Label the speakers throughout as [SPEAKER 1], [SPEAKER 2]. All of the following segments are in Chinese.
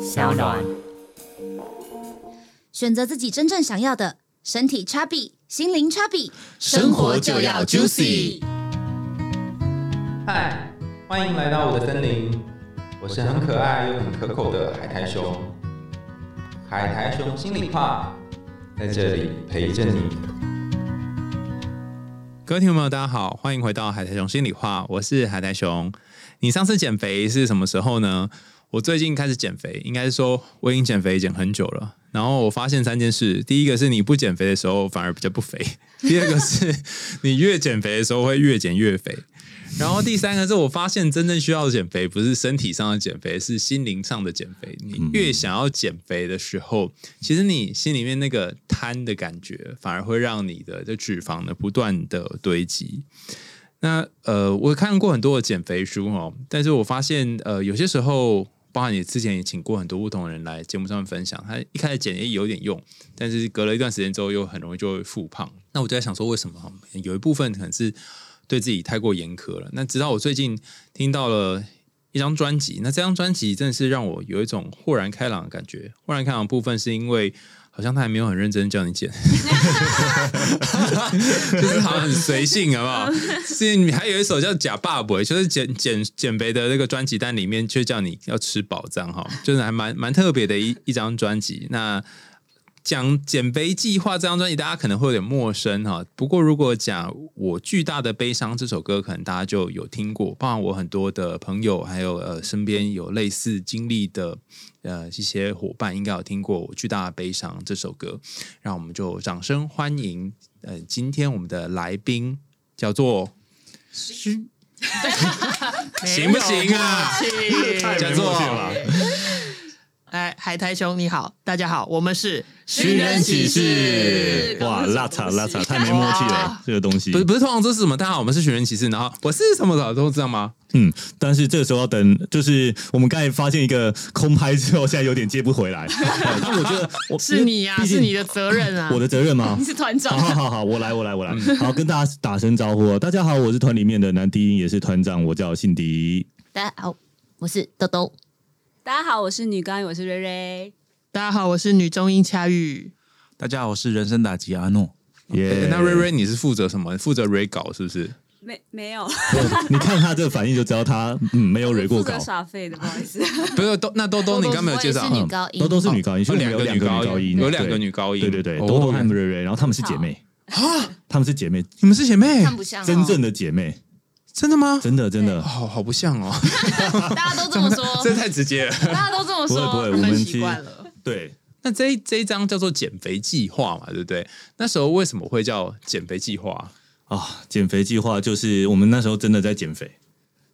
[SPEAKER 1] 小暖。
[SPEAKER 2] 选择自己真正想要的，身体 chubby，心灵 chubby，
[SPEAKER 3] 生活就要 juicy。
[SPEAKER 4] 嗨，欢迎来到我的森林，我是很可爱又很可口的海苔熊。海苔熊心里话，在这里陪着你。
[SPEAKER 3] 各位听众朋友，大家好，欢迎回到海苔熊心里话，我是海苔熊。你上次减肥是什么时候呢？我最近开始减肥，应该是说我已经减肥减很久了。然后我发现三件事：第一个是你不减肥的时候反而比较不肥；第二个是你越减肥的时候会越减越肥；然后第三个是我发现真正需要减肥不是身体上的减肥，是心灵上的减肥。你越想要减肥的时候，其实你心里面那个贪的感觉，反而会让你的这脂肪呢不断的堆积。那呃，我看过很多的减肥书哦，但是我发现呃，有些时候，包含你之前也请过很多不同的人来节目上面分享，他一开始减也有点用，但是隔了一段时间之后，又很容易就会复胖。那我就在想说，为什么哦有一部分可能是对自己太过严苛了？那直到我最近听到了。一张专辑，那这张专辑真的是让我有一种豁然开朗的感觉。豁然开朗的部分是因为好像他还没有很认真教你剪， 就是好像很随性，好不好？是你还有一首叫《假爸爸》，就是减减减肥的那个专辑单里面，却叫你要吃饱这样哈，就是还蛮蛮特别的一一张专辑。那讲减肥计划这张专辑，大家可能会有点陌生哈。不过如果讲我巨大的悲伤这首歌，可能大家就有听过。包含我很多的朋友，还有呃身边有类似经历的呃一些伙伴，应该有听过我巨大的悲伤这首歌。让我们就掌声欢迎呃今天我们的来宾叫做。行不行啊？
[SPEAKER 5] 太
[SPEAKER 3] 叫
[SPEAKER 5] 没
[SPEAKER 3] 做
[SPEAKER 5] 默契了吧。
[SPEAKER 6] 哎，海苔兄你好，大家好，我们是
[SPEAKER 5] 寻人启
[SPEAKER 1] 事
[SPEAKER 5] 事，哇，辣 茶辣茶，太没默契了
[SPEAKER 6] 哇，
[SPEAKER 5] 这个东西
[SPEAKER 3] 不。是不是，通常都是什么？大家好，我们是寻人启事，然后我是什么的都知道吗？
[SPEAKER 5] 嗯，但是这个时候要等，就是我们刚才发现一个空拍之后，现在有点接不回来。 对但我觉得我
[SPEAKER 6] 是你呀、
[SPEAKER 5] 毕竟
[SPEAKER 6] 是你的责任啊，
[SPEAKER 5] 我的责任吗
[SPEAKER 6] 你？是团
[SPEAKER 5] 好
[SPEAKER 6] 长，
[SPEAKER 5] 好好好，我来我来我来，好跟大家打声招呼哦。大家好，我是团里面的男低音，也是团长，我叫信迪。
[SPEAKER 2] 大家好，我是豆豆。
[SPEAKER 7] 大家好，我是女刚，我是瑞瑞。
[SPEAKER 6] 大家好，我是女中音恰玉，
[SPEAKER 8] 大家好，我是人生打击阿诺。
[SPEAKER 5] 耶，
[SPEAKER 3] 那瑞瑞你是负责什么？负责蕊稿是不是？
[SPEAKER 7] 没没有，
[SPEAKER 5] 你看他这个反应就知道他嗯没有蕊过
[SPEAKER 7] 负
[SPEAKER 5] 稿
[SPEAKER 7] 责，耍废的，不好意 思。
[SPEAKER 3] 不是都那都都，你刚没有介绍
[SPEAKER 2] 我也是女高音
[SPEAKER 5] 哦都都是女高音，
[SPEAKER 3] 有
[SPEAKER 5] 所以我
[SPEAKER 3] 两
[SPEAKER 5] 们有
[SPEAKER 3] 个
[SPEAKER 5] 两
[SPEAKER 3] 女
[SPEAKER 5] 个
[SPEAKER 3] 高
[SPEAKER 5] 女高音，
[SPEAKER 3] 有两个
[SPEAKER 5] 对
[SPEAKER 3] 女高音，
[SPEAKER 5] 对对对，
[SPEAKER 3] 哦
[SPEAKER 5] 多多和瑞瑞，然后她们是姐妹啊，她们是姐妹，
[SPEAKER 3] 你们是姐妹？
[SPEAKER 2] 看不像、哦，
[SPEAKER 5] 真正的姐妹，
[SPEAKER 3] 真的吗？
[SPEAKER 5] 真的真的。
[SPEAKER 3] 好好不像哦，
[SPEAKER 6] 大家都这 么说，
[SPEAKER 3] 这太直接了。
[SPEAKER 6] 大家都这么
[SPEAKER 5] 不会不会
[SPEAKER 6] 说，
[SPEAKER 5] 我们其
[SPEAKER 6] 习
[SPEAKER 5] 实
[SPEAKER 6] 惯了。
[SPEAKER 5] 对，
[SPEAKER 3] 那这一这一张叫做减肥计划嘛，对不对？那时候为什么会叫减肥计划？
[SPEAKER 5] 啊，减肥计划就是我们那时候真的在减肥，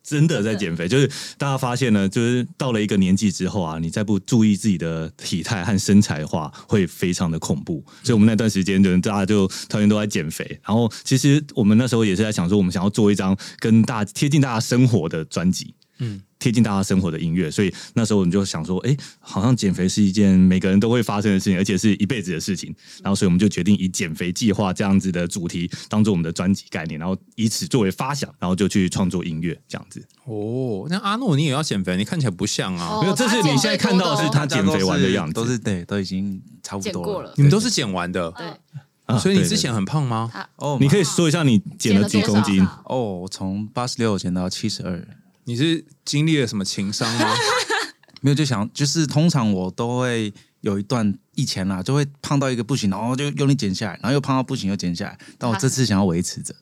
[SPEAKER 5] 真的在减肥。就是大家发现呢，就是到了一个年纪之后啊，你再不注意自己的体态和身材的话，会非常的恐怖。所以我们那段时间，就是大家就团员都在减肥。然后其实我们那时候也是在想说，我们想要做一张跟大家贴近大家生活的专辑。嗯，贴近大家生活的音乐，所以那时候我们就想说，哎、好像减肥是一件每个人都会发生的事情，而且是一辈子的事情。然后，所以我们就决定以减肥计划这样子的主题当做我们的专辑概念，然后以此作为发想，然后就去创作音乐这样子。
[SPEAKER 3] 哦，那阿诺你也要减肥，你看起来不像啊。
[SPEAKER 2] 哦
[SPEAKER 5] 没有，这是你现在看到的是他减肥完的样子，
[SPEAKER 8] 都是对，都已经差不
[SPEAKER 7] 剪
[SPEAKER 8] 多
[SPEAKER 7] 过
[SPEAKER 8] 了
[SPEAKER 7] 了。
[SPEAKER 3] 你们都是减完的，
[SPEAKER 5] 啊
[SPEAKER 3] 所以你之。
[SPEAKER 5] 对对
[SPEAKER 3] 前很胖吗？
[SPEAKER 8] 哦，
[SPEAKER 5] 你可以说一下你减了几公斤？
[SPEAKER 7] 啊
[SPEAKER 8] 哦，我从八十六减到七十二，
[SPEAKER 3] 你是经历了什么情伤吗？
[SPEAKER 8] 没有就想，就是通常我都会有一段以前啦，就会胖到一个不行，然后就用力减下来，然后又胖到不行又减下来，但我这次想要维 持着，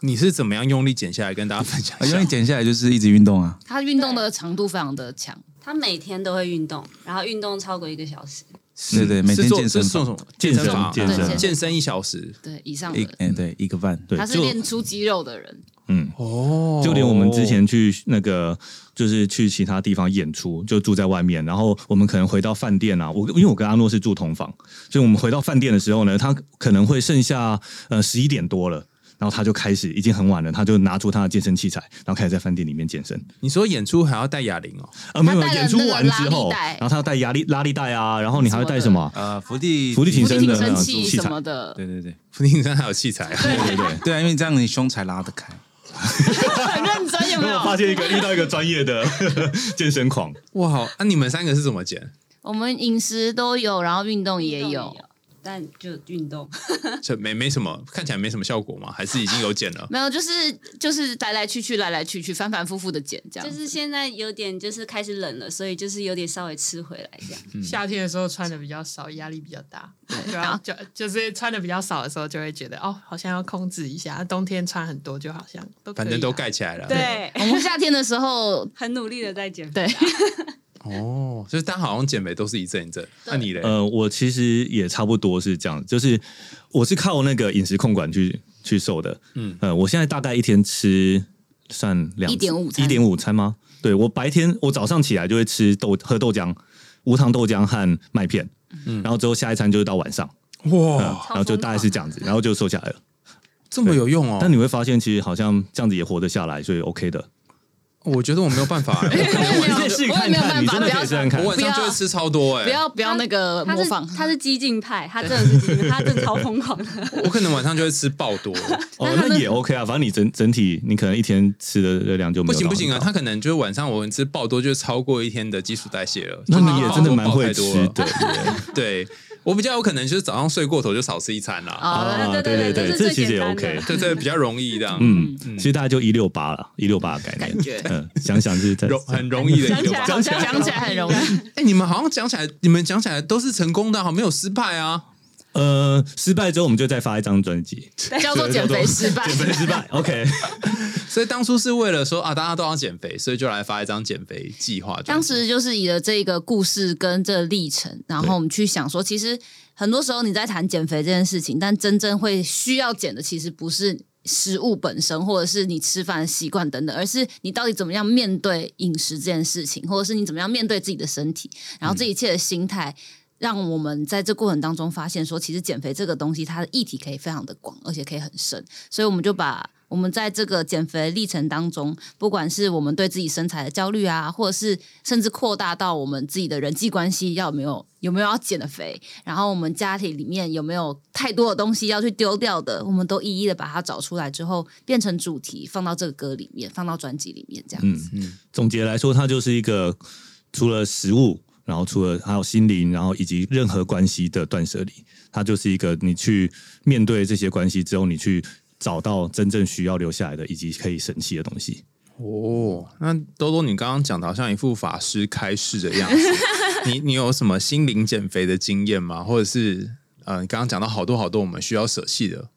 [SPEAKER 3] 你是怎么样用力减下来跟大家分享
[SPEAKER 8] 啊
[SPEAKER 3] 一
[SPEAKER 8] 用力
[SPEAKER 3] 下？
[SPEAKER 8] 减下来就是一直运动啊，
[SPEAKER 9] 他运动的强度非常的强，
[SPEAKER 7] 他每天都会运动，然后运动超过一个小时。
[SPEAKER 8] 对对，每
[SPEAKER 3] 是
[SPEAKER 8] 天
[SPEAKER 3] 做
[SPEAKER 8] 健
[SPEAKER 3] 是
[SPEAKER 8] 身房
[SPEAKER 3] 做什么
[SPEAKER 5] 健身
[SPEAKER 3] 房
[SPEAKER 5] 健
[SPEAKER 9] 对
[SPEAKER 5] 身，
[SPEAKER 3] 健身一小时
[SPEAKER 9] 对以上
[SPEAKER 8] 一
[SPEAKER 9] 的，
[SPEAKER 8] 哎对一个半，
[SPEAKER 5] 对，
[SPEAKER 9] 他是
[SPEAKER 5] 就
[SPEAKER 9] 练出肌肉的人，
[SPEAKER 5] 嗯，
[SPEAKER 3] 哦
[SPEAKER 5] 就连我们之前去那个，就是去其他地方演出，就住在外面，然后我们可能回到饭店啊，我因为我跟阿诺是住同房，所以我们回到饭店的时候呢，他可能会剩下呃十一点多了。然后他就开始，已经很晚了，他就拿出他的健身器材，然后开始在饭店里面健身。
[SPEAKER 3] 你说演出还要戴哑铃哦，
[SPEAKER 5] 啊，没有，没
[SPEAKER 9] 带
[SPEAKER 5] 有
[SPEAKER 9] 了
[SPEAKER 5] 演出
[SPEAKER 9] 那个
[SPEAKER 5] 完
[SPEAKER 9] 拉
[SPEAKER 5] 之
[SPEAKER 9] 力
[SPEAKER 5] 后，
[SPEAKER 9] 带
[SPEAKER 5] 然后他要带压力拉力带啊，然后你还要带什 么？
[SPEAKER 8] 呃，伏地
[SPEAKER 5] 伏地挺
[SPEAKER 9] 不是
[SPEAKER 5] 身
[SPEAKER 9] 挺
[SPEAKER 5] 的那
[SPEAKER 9] 生
[SPEAKER 5] 种
[SPEAKER 9] 气
[SPEAKER 5] 器
[SPEAKER 9] 什
[SPEAKER 5] 材。
[SPEAKER 9] 么的，
[SPEAKER 8] 对对对
[SPEAKER 3] 福鼎山还有器材啊。
[SPEAKER 5] 对对对，
[SPEAKER 8] 对啊，因为这样你胸才拉得开。
[SPEAKER 6] 很认真有
[SPEAKER 5] 如
[SPEAKER 6] 没
[SPEAKER 5] 果
[SPEAKER 6] 有？
[SPEAKER 5] 发现一个遇到一个专业的健身狂，
[SPEAKER 3] 哇，好那、你们三个是怎么减？
[SPEAKER 9] 我们饮食都有，然后运动也
[SPEAKER 7] 运
[SPEAKER 9] 有
[SPEAKER 7] 动，但就运动。
[SPEAKER 3] 这没没什么，看起来没什么效果吗？还是已经有减了？
[SPEAKER 9] 没有就是就是来来去去，来来去去，反反复复的减这样。
[SPEAKER 7] 就是现在有点就是开始冷了，所以就是有点稍微吃回来这 样。
[SPEAKER 5] 嗯
[SPEAKER 6] 夏天的时候穿的比较少，压力比较大，对
[SPEAKER 9] 然
[SPEAKER 6] 啊
[SPEAKER 9] 后，
[SPEAKER 6] 就就是穿的比较少的时候，就会觉得哦，好像要控制一下。冬天穿很多，就好像都可以啊
[SPEAKER 3] 反正都盖起来了。
[SPEAKER 7] 对，
[SPEAKER 9] 我们夏天的时 候，
[SPEAKER 7] 很努力的在减肥。
[SPEAKER 9] 对，
[SPEAKER 3] 哦，就是大家好像减肥都是一阵一阵。那你嘞？
[SPEAKER 5] 呃，我其实也差不多是这样，就是我是靠那个饮食控管去去瘦的。嗯，呃，我现在大概一天吃算两
[SPEAKER 9] 1.5餐
[SPEAKER 5] 一点五餐吗？对我白天我早上起来就会吃豆喝豆浆，无糖豆浆和麦片，然后之后下一餐就是到晚上，嗯
[SPEAKER 3] 哇，
[SPEAKER 5] 然后就大概是这样子，然后就瘦下来了。
[SPEAKER 3] 这么有用哦！
[SPEAKER 5] 但你会发现，其实好像这样子也活得下来，所以 OK 的。
[SPEAKER 3] 我觉得我没有办 法、欸，
[SPEAKER 9] 我也没有
[SPEAKER 5] 可以试
[SPEAKER 9] 我也没有
[SPEAKER 5] 看看
[SPEAKER 9] 办
[SPEAKER 5] 你
[SPEAKER 9] 法，
[SPEAKER 5] 真
[SPEAKER 9] 不
[SPEAKER 5] 的
[SPEAKER 9] 要
[SPEAKER 5] 可以试看看
[SPEAKER 3] 我晚上就会吃超多哎、
[SPEAKER 9] 不要不要那个
[SPEAKER 7] 他
[SPEAKER 9] 模
[SPEAKER 7] 是
[SPEAKER 9] 仿，
[SPEAKER 7] 他是激进派，他真的是激进，他真的超疯 狂的。
[SPEAKER 3] 我可能晚上就会吃爆多。
[SPEAKER 5] 哦，那也 OK 啊，反正你整整体你可能一天吃的热量就没
[SPEAKER 3] 不
[SPEAKER 5] 有
[SPEAKER 3] 行
[SPEAKER 5] 到
[SPEAKER 3] 不行啊，
[SPEAKER 5] 很高
[SPEAKER 3] 他可能就是晚上我吃爆多，就超过一天的基础代谢了。
[SPEAKER 5] 那
[SPEAKER 3] 就
[SPEAKER 5] 你也真的蛮会
[SPEAKER 3] 爆太多
[SPEAKER 5] 吃
[SPEAKER 3] 了
[SPEAKER 5] 的耶。
[SPEAKER 3] 对我比较有可能就是早上睡过头就少吃一餐啦，
[SPEAKER 9] 啊
[SPEAKER 5] 啊，
[SPEAKER 7] 对
[SPEAKER 5] 对
[SPEAKER 7] 对对
[SPEAKER 5] 对，
[SPEAKER 7] 这是
[SPEAKER 5] 这
[SPEAKER 7] 最
[SPEAKER 5] 其实也
[SPEAKER 7] 简单的
[SPEAKER 5] OK。
[SPEAKER 3] 对对，比较容易这样，
[SPEAKER 5] 嗯，其实大概就一六八了，一六八的概
[SPEAKER 9] 感觉
[SPEAKER 5] 念。嗯，想想是在
[SPEAKER 3] 容很容易的一
[SPEAKER 7] 想
[SPEAKER 3] 个
[SPEAKER 7] 起
[SPEAKER 3] 吧
[SPEAKER 7] 来
[SPEAKER 9] 讲起来讲起来很容易。
[SPEAKER 3] 哎、你们好像讲起来，你们讲起来都是成功的啊，好没有失败啊。
[SPEAKER 5] 呃，失败之后我们就再发一张专 辑，
[SPEAKER 9] 叫做减肥失败
[SPEAKER 5] 减。肥失败。OK，
[SPEAKER 3] 所以当初是为了说啊，大家都要减肥，所以就来发一张减肥计划。
[SPEAKER 9] 当时就是以了这个故事跟这个历程，然后我们去想说，其实很多时候你在谈减肥这件事情，但真正会需要减的，其实不是食物本身，或者是你吃饭的习惯等等，而是你到底怎么样面对饮食这件事情，或者是你怎么样面对自己的身体，然后这一切的心态。让我们在这过程当中发现说，其实减肥这个东西，它的议题可以非常的广，而且可以很深。所以我们就把我们在这个减肥历程当中，不管是我们对自己身材的焦虑啊，或者是甚至扩大到我们自己的人际关系，要有没有有没有要减的肥，然后我们家庭里面有没有太多的东西要去丢掉的，我们都一一的把它找出来之后，变成主题放到这个歌里面，放到专辑里面，这样。
[SPEAKER 5] 嗯嗯。总结来说，它就是一个除了食物，然后除了还有心灵，然后以及任何关系的断舍离，它就是一个你去面对这些关系之后，你去找到真正需要留下来的以及可以神奇的东西。
[SPEAKER 3] 哦，那多多，你刚刚讲的好像一副法师开示的样子。你你有什么心灵减肥的经验吗？或者是呃，你刚刚讲到好多好多我们需要舍弃的，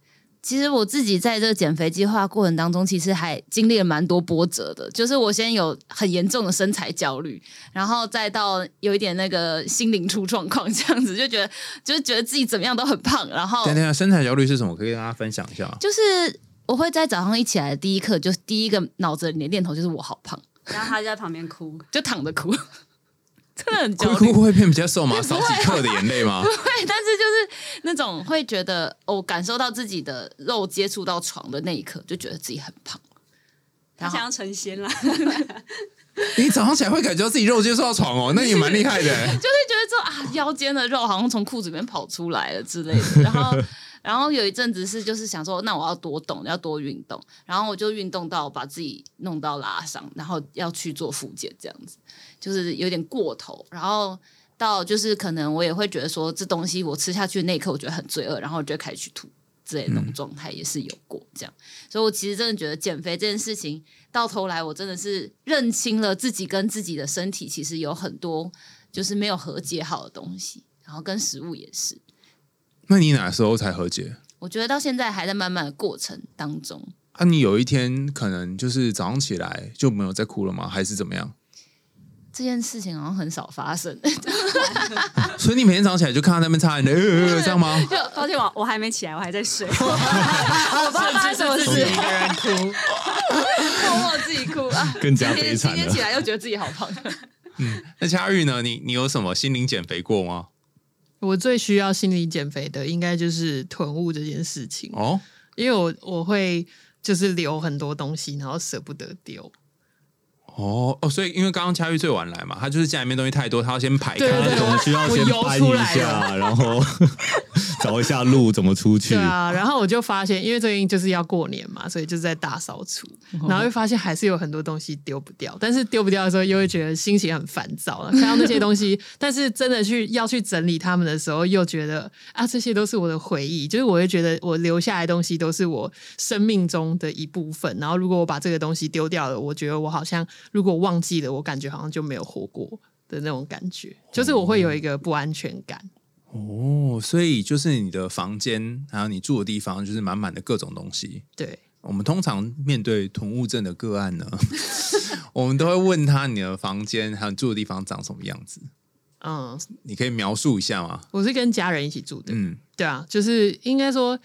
[SPEAKER 9] 其实我自己在这个减肥计划过程当中，其实还经历了蛮多波折的。就是我先有很严重的身材焦虑，然后再到有一点那个心灵出状况，这样子就觉得就是觉得自己怎么样都很胖，然后
[SPEAKER 3] 等等一下，身材焦虑是什么？可以跟大家分享一下吗。
[SPEAKER 9] 就是我会在早上一起来的第一刻，就是第一个脑子里的念头就是我好胖，
[SPEAKER 7] 然后他就在旁边哭，
[SPEAKER 9] 就躺着哭， 真的很焦
[SPEAKER 3] 哭
[SPEAKER 9] 虑。
[SPEAKER 3] 哭会变比较瘦吗？少几克的眼泪吗？
[SPEAKER 9] 对， 但是就是那种会觉得哦，感受到自己的肉接触到床的那一刻，就觉得自己很胖。
[SPEAKER 7] 他
[SPEAKER 9] 然后
[SPEAKER 7] 想要成仙啦。
[SPEAKER 3] 你早上起来会感觉到自己肉接触到床哦，那也蛮厉害的、欸
[SPEAKER 9] 就会觉得说啊，腰间的肉好像从裤子里面跑出来了之类的。然后，然后有一阵子是就是想说，那我要多动，要多运动。然后我就运动到把自己弄到拉伤，然后要去做复健，这样子就是有点过头。然后到就是可能我也会觉得说，这东西我吃下去的那一刻，我觉得很罪恶，然后我就开始去吐。之类的那种状态也是有过这样，所以我其实真的觉得减肥这件事情，到头来我真的是认清了自己跟自己的身体其实有很多就是没有和解好的东西，然后跟食物也是，
[SPEAKER 3] 那你哪时候才和解？
[SPEAKER 9] 我觉得到现在还在慢慢的过程当中。
[SPEAKER 3] 啊，你有一天可能就是早上起来就没有再哭了吗？还是怎么样？
[SPEAKER 9] 这件事情好像很少发生，
[SPEAKER 3] 所以你每天早上起来就看到那边擦眼泪，呃呃呃这样 吗？
[SPEAKER 7] 抱歉，我我还没起来，我还在 睡。我
[SPEAKER 9] 我
[SPEAKER 7] 不知道发生什么事
[SPEAKER 6] 一个人哭，
[SPEAKER 9] 默默自己哭啊，
[SPEAKER 5] 更加
[SPEAKER 9] 今
[SPEAKER 5] 悲
[SPEAKER 9] 天今
[SPEAKER 5] 惨
[SPEAKER 9] 天
[SPEAKER 5] 了
[SPEAKER 9] 起。来又觉得自己好胖，
[SPEAKER 3] 那佳玉呢？你你有什么心灵减肥过吗？
[SPEAKER 6] 我最需要心理减肥的，应该就是囤物这件事情，
[SPEAKER 3] 哦，
[SPEAKER 6] 因为我我会就是留很多东西，然后舍不得丢。
[SPEAKER 3] 哦哦，所以因为刚刚佳玉最晚来嘛，她就是家里面东西太多，她要先排开。
[SPEAKER 6] 对对
[SPEAKER 5] 他
[SPEAKER 6] 对
[SPEAKER 5] 总需要
[SPEAKER 6] 我
[SPEAKER 5] 先
[SPEAKER 6] 游
[SPEAKER 5] 搬
[SPEAKER 6] 出
[SPEAKER 5] 一
[SPEAKER 6] 来
[SPEAKER 5] 下，然后找 找一下路怎么出去
[SPEAKER 6] 对。啊，然后我就发现，因为最近就是要过年嘛，所以就是在大扫除，然后会发现还是有很多东西丢不掉，但是丢不掉的时候又会觉得心情很烦躁啊了。看到那些东西，但是真的去要去整理它们的时候，又觉得啊，这些都是我的回忆，就是我会觉得我留下来的东西都是我生命中的一部分。然后如果我把这个东西丢掉了，我觉得我好像如果忘记了，我感觉好像就没有活过的那种感觉，就是我会有一个不安全感。
[SPEAKER 3] 哦，所以就是你的房间，还有你住的地方，就是满满的各种东西。
[SPEAKER 6] 对，
[SPEAKER 3] 我们通常面对囤物症的个案呢， 我们都会问他你的房间还有住的地方长什么样子，
[SPEAKER 6] 嗯，
[SPEAKER 3] 你可以描述一下吗？
[SPEAKER 6] 我是跟家人一起住的，
[SPEAKER 3] 嗯，
[SPEAKER 6] 对啊，就是应该说，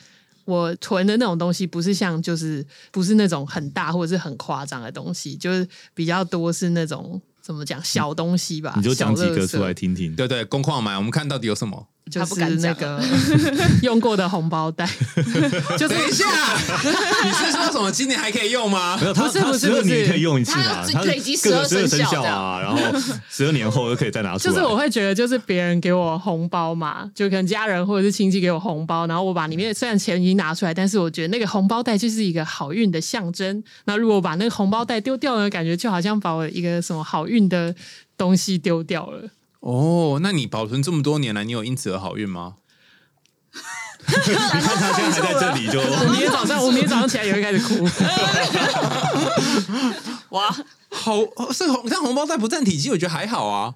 [SPEAKER 6] 我囤的那种东西，不是像就是不是那种很大或者是很夸张的东西，就是比较多是那种怎么讲小东西吧。
[SPEAKER 5] 你就讲几
[SPEAKER 6] 小
[SPEAKER 5] 个
[SPEAKER 6] 垃圾
[SPEAKER 5] 出来，听听。
[SPEAKER 3] 对对，工矿买，我们看到底有什么？
[SPEAKER 6] 就
[SPEAKER 9] 他不
[SPEAKER 6] 是
[SPEAKER 9] 敢
[SPEAKER 6] 那
[SPEAKER 9] 讲
[SPEAKER 6] 个 用过的红包袋， 就是
[SPEAKER 3] 等一 下，你是说什么今年还可以用吗
[SPEAKER 5] 没？有，他
[SPEAKER 6] 不是
[SPEAKER 5] 他
[SPEAKER 6] 不是
[SPEAKER 5] 12
[SPEAKER 6] 不是
[SPEAKER 5] 年可以用一次嘛？
[SPEAKER 9] 他
[SPEAKER 5] 他
[SPEAKER 9] 累积
[SPEAKER 5] 各个
[SPEAKER 9] 12
[SPEAKER 5] 生
[SPEAKER 9] 生肖
[SPEAKER 5] 啊，然后十二年后又可以再拿出
[SPEAKER 6] 就
[SPEAKER 5] 来。
[SPEAKER 6] 是我会觉得，就是别人给我红包嘛，就可能家人或者是亲戚给我红包，然后我把里面虽然钱已经拿出来，但是我觉得那个红包袋就是一个好运的象征。那如果我把那个红包袋丢掉呢，感觉就好像把我一个什么好运的东西丢掉了。
[SPEAKER 3] 哦，那你保存这么多年来，你有因此而好运吗？
[SPEAKER 5] 你看他现在还在这 里就，
[SPEAKER 6] 我明天早上，我明天早上起来也会开始哭。
[SPEAKER 3] 好，哦是红，但红包袋不占体积，我觉得还好啊。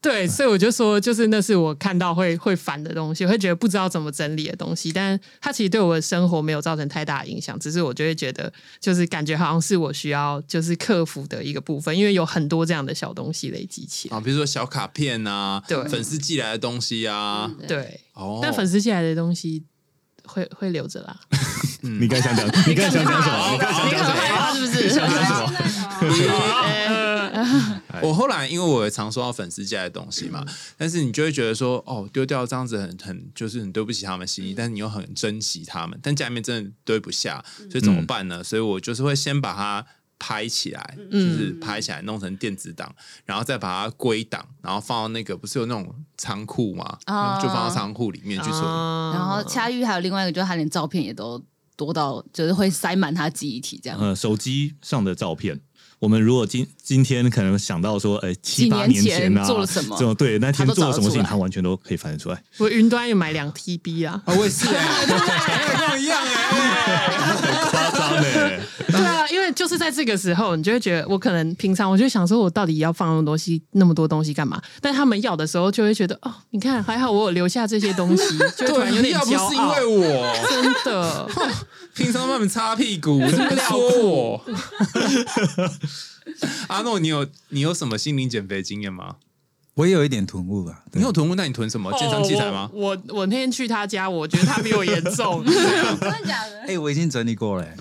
[SPEAKER 6] 对，所以我就说，就是那是我看到会会烦的东西，会觉得不知道怎么整理的东西。但它其实对我的生活没有造成太大的影响，只是我就会觉得，就是感觉好像是我需要就是克服的一个部分，因为有很多这样的小东西累积起来。
[SPEAKER 3] 啊，比如说小卡片啊，
[SPEAKER 6] 对
[SPEAKER 3] 粉丝寄来的东西啊，
[SPEAKER 7] 对
[SPEAKER 6] 对，
[SPEAKER 3] 哦，
[SPEAKER 6] 但粉丝寄来的东西会会留着啦。
[SPEAKER 5] 你刚才想 讲，你刚才想讲什么？你刚才想
[SPEAKER 9] 嗯你
[SPEAKER 5] 讲
[SPEAKER 9] 很
[SPEAKER 5] 什
[SPEAKER 9] 害
[SPEAKER 5] 么？
[SPEAKER 9] 怕是不是？
[SPEAKER 5] 想讲什 么？
[SPEAKER 3] 我后来因为我也常收到粉丝寄来的东西嘛，但是你就会觉得说，哦，丢掉这样子很很就是很对不起他们心意，但是你又很珍惜他们，但家里面真的堆不下，所以怎么办呢？所以我就是会先把它。拍起来，就是拍起来，弄成电子档，然后再把它归档，然后放到那个不是有那种仓库嘛，
[SPEAKER 9] 啊
[SPEAKER 3] 就放到仓库里面去存。
[SPEAKER 6] 啊
[SPEAKER 9] 然后恰玉还有另外一个，就是他连照片也都多到，就是会塞满他记忆体这样。
[SPEAKER 5] 呃，手机上的照片。我们如果今今天可能想到说，呃，七
[SPEAKER 9] 几
[SPEAKER 5] 八
[SPEAKER 9] 年前
[SPEAKER 5] 前啊，
[SPEAKER 9] 做了什么
[SPEAKER 5] 这种对，那天
[SPEAKER 9] 他都
[SPEAKER 5] 做
[SPEAKER 9] 找
[SPEAKER 5] 了
[SPEAKER 9] 得
[SPEAKER 5] 什么事情，
[SPEAKER 9] 出来
[SPEAKER 5] 他完全都可以翻得 出来。
[SPEAKER 6] 我云端也买两 TB 啊。
[SPEAKER 3] 啊，我也是、欸，跟我一样哎、
[SPEAKER 5] 夸张欸嘞，
[SPEAKER 6] 对啊，因为就是在这个时候，你就会觉得我可能平常我就想说，我到底要放那么多东西，那么多东西干嘛？但他们要的时候，就会觉得哦，你看还好我有留下这些东 西，就会突然有
[SPEAKER 3] 对，
[SPEAKER 6] 点
[SPEAKER 3] 要不
[SPEAKER 6] 骄
[SPEAKER 3] 是因为
[SPEAKER 6] 傲。
[SPEAKER 3] 我
[SPEAKER 6] 真的，
[SPEAKER 3] 平常帮你们擦屁股，你们说我。阿诺，你有你有什么心灵减肥经验吗？
[SPEAKER 8] 我也有一点囤物吧，对
[SPEAKER 3] 你有囤物，那你囤什么？健身器材吗
[SPEAKER 6] 哦？我我我那天去他家，我觉得他比我严 重。
[SPEAKER 7] 真的假的？
[SPEAKER 8] 哎、我已经整理过了、欸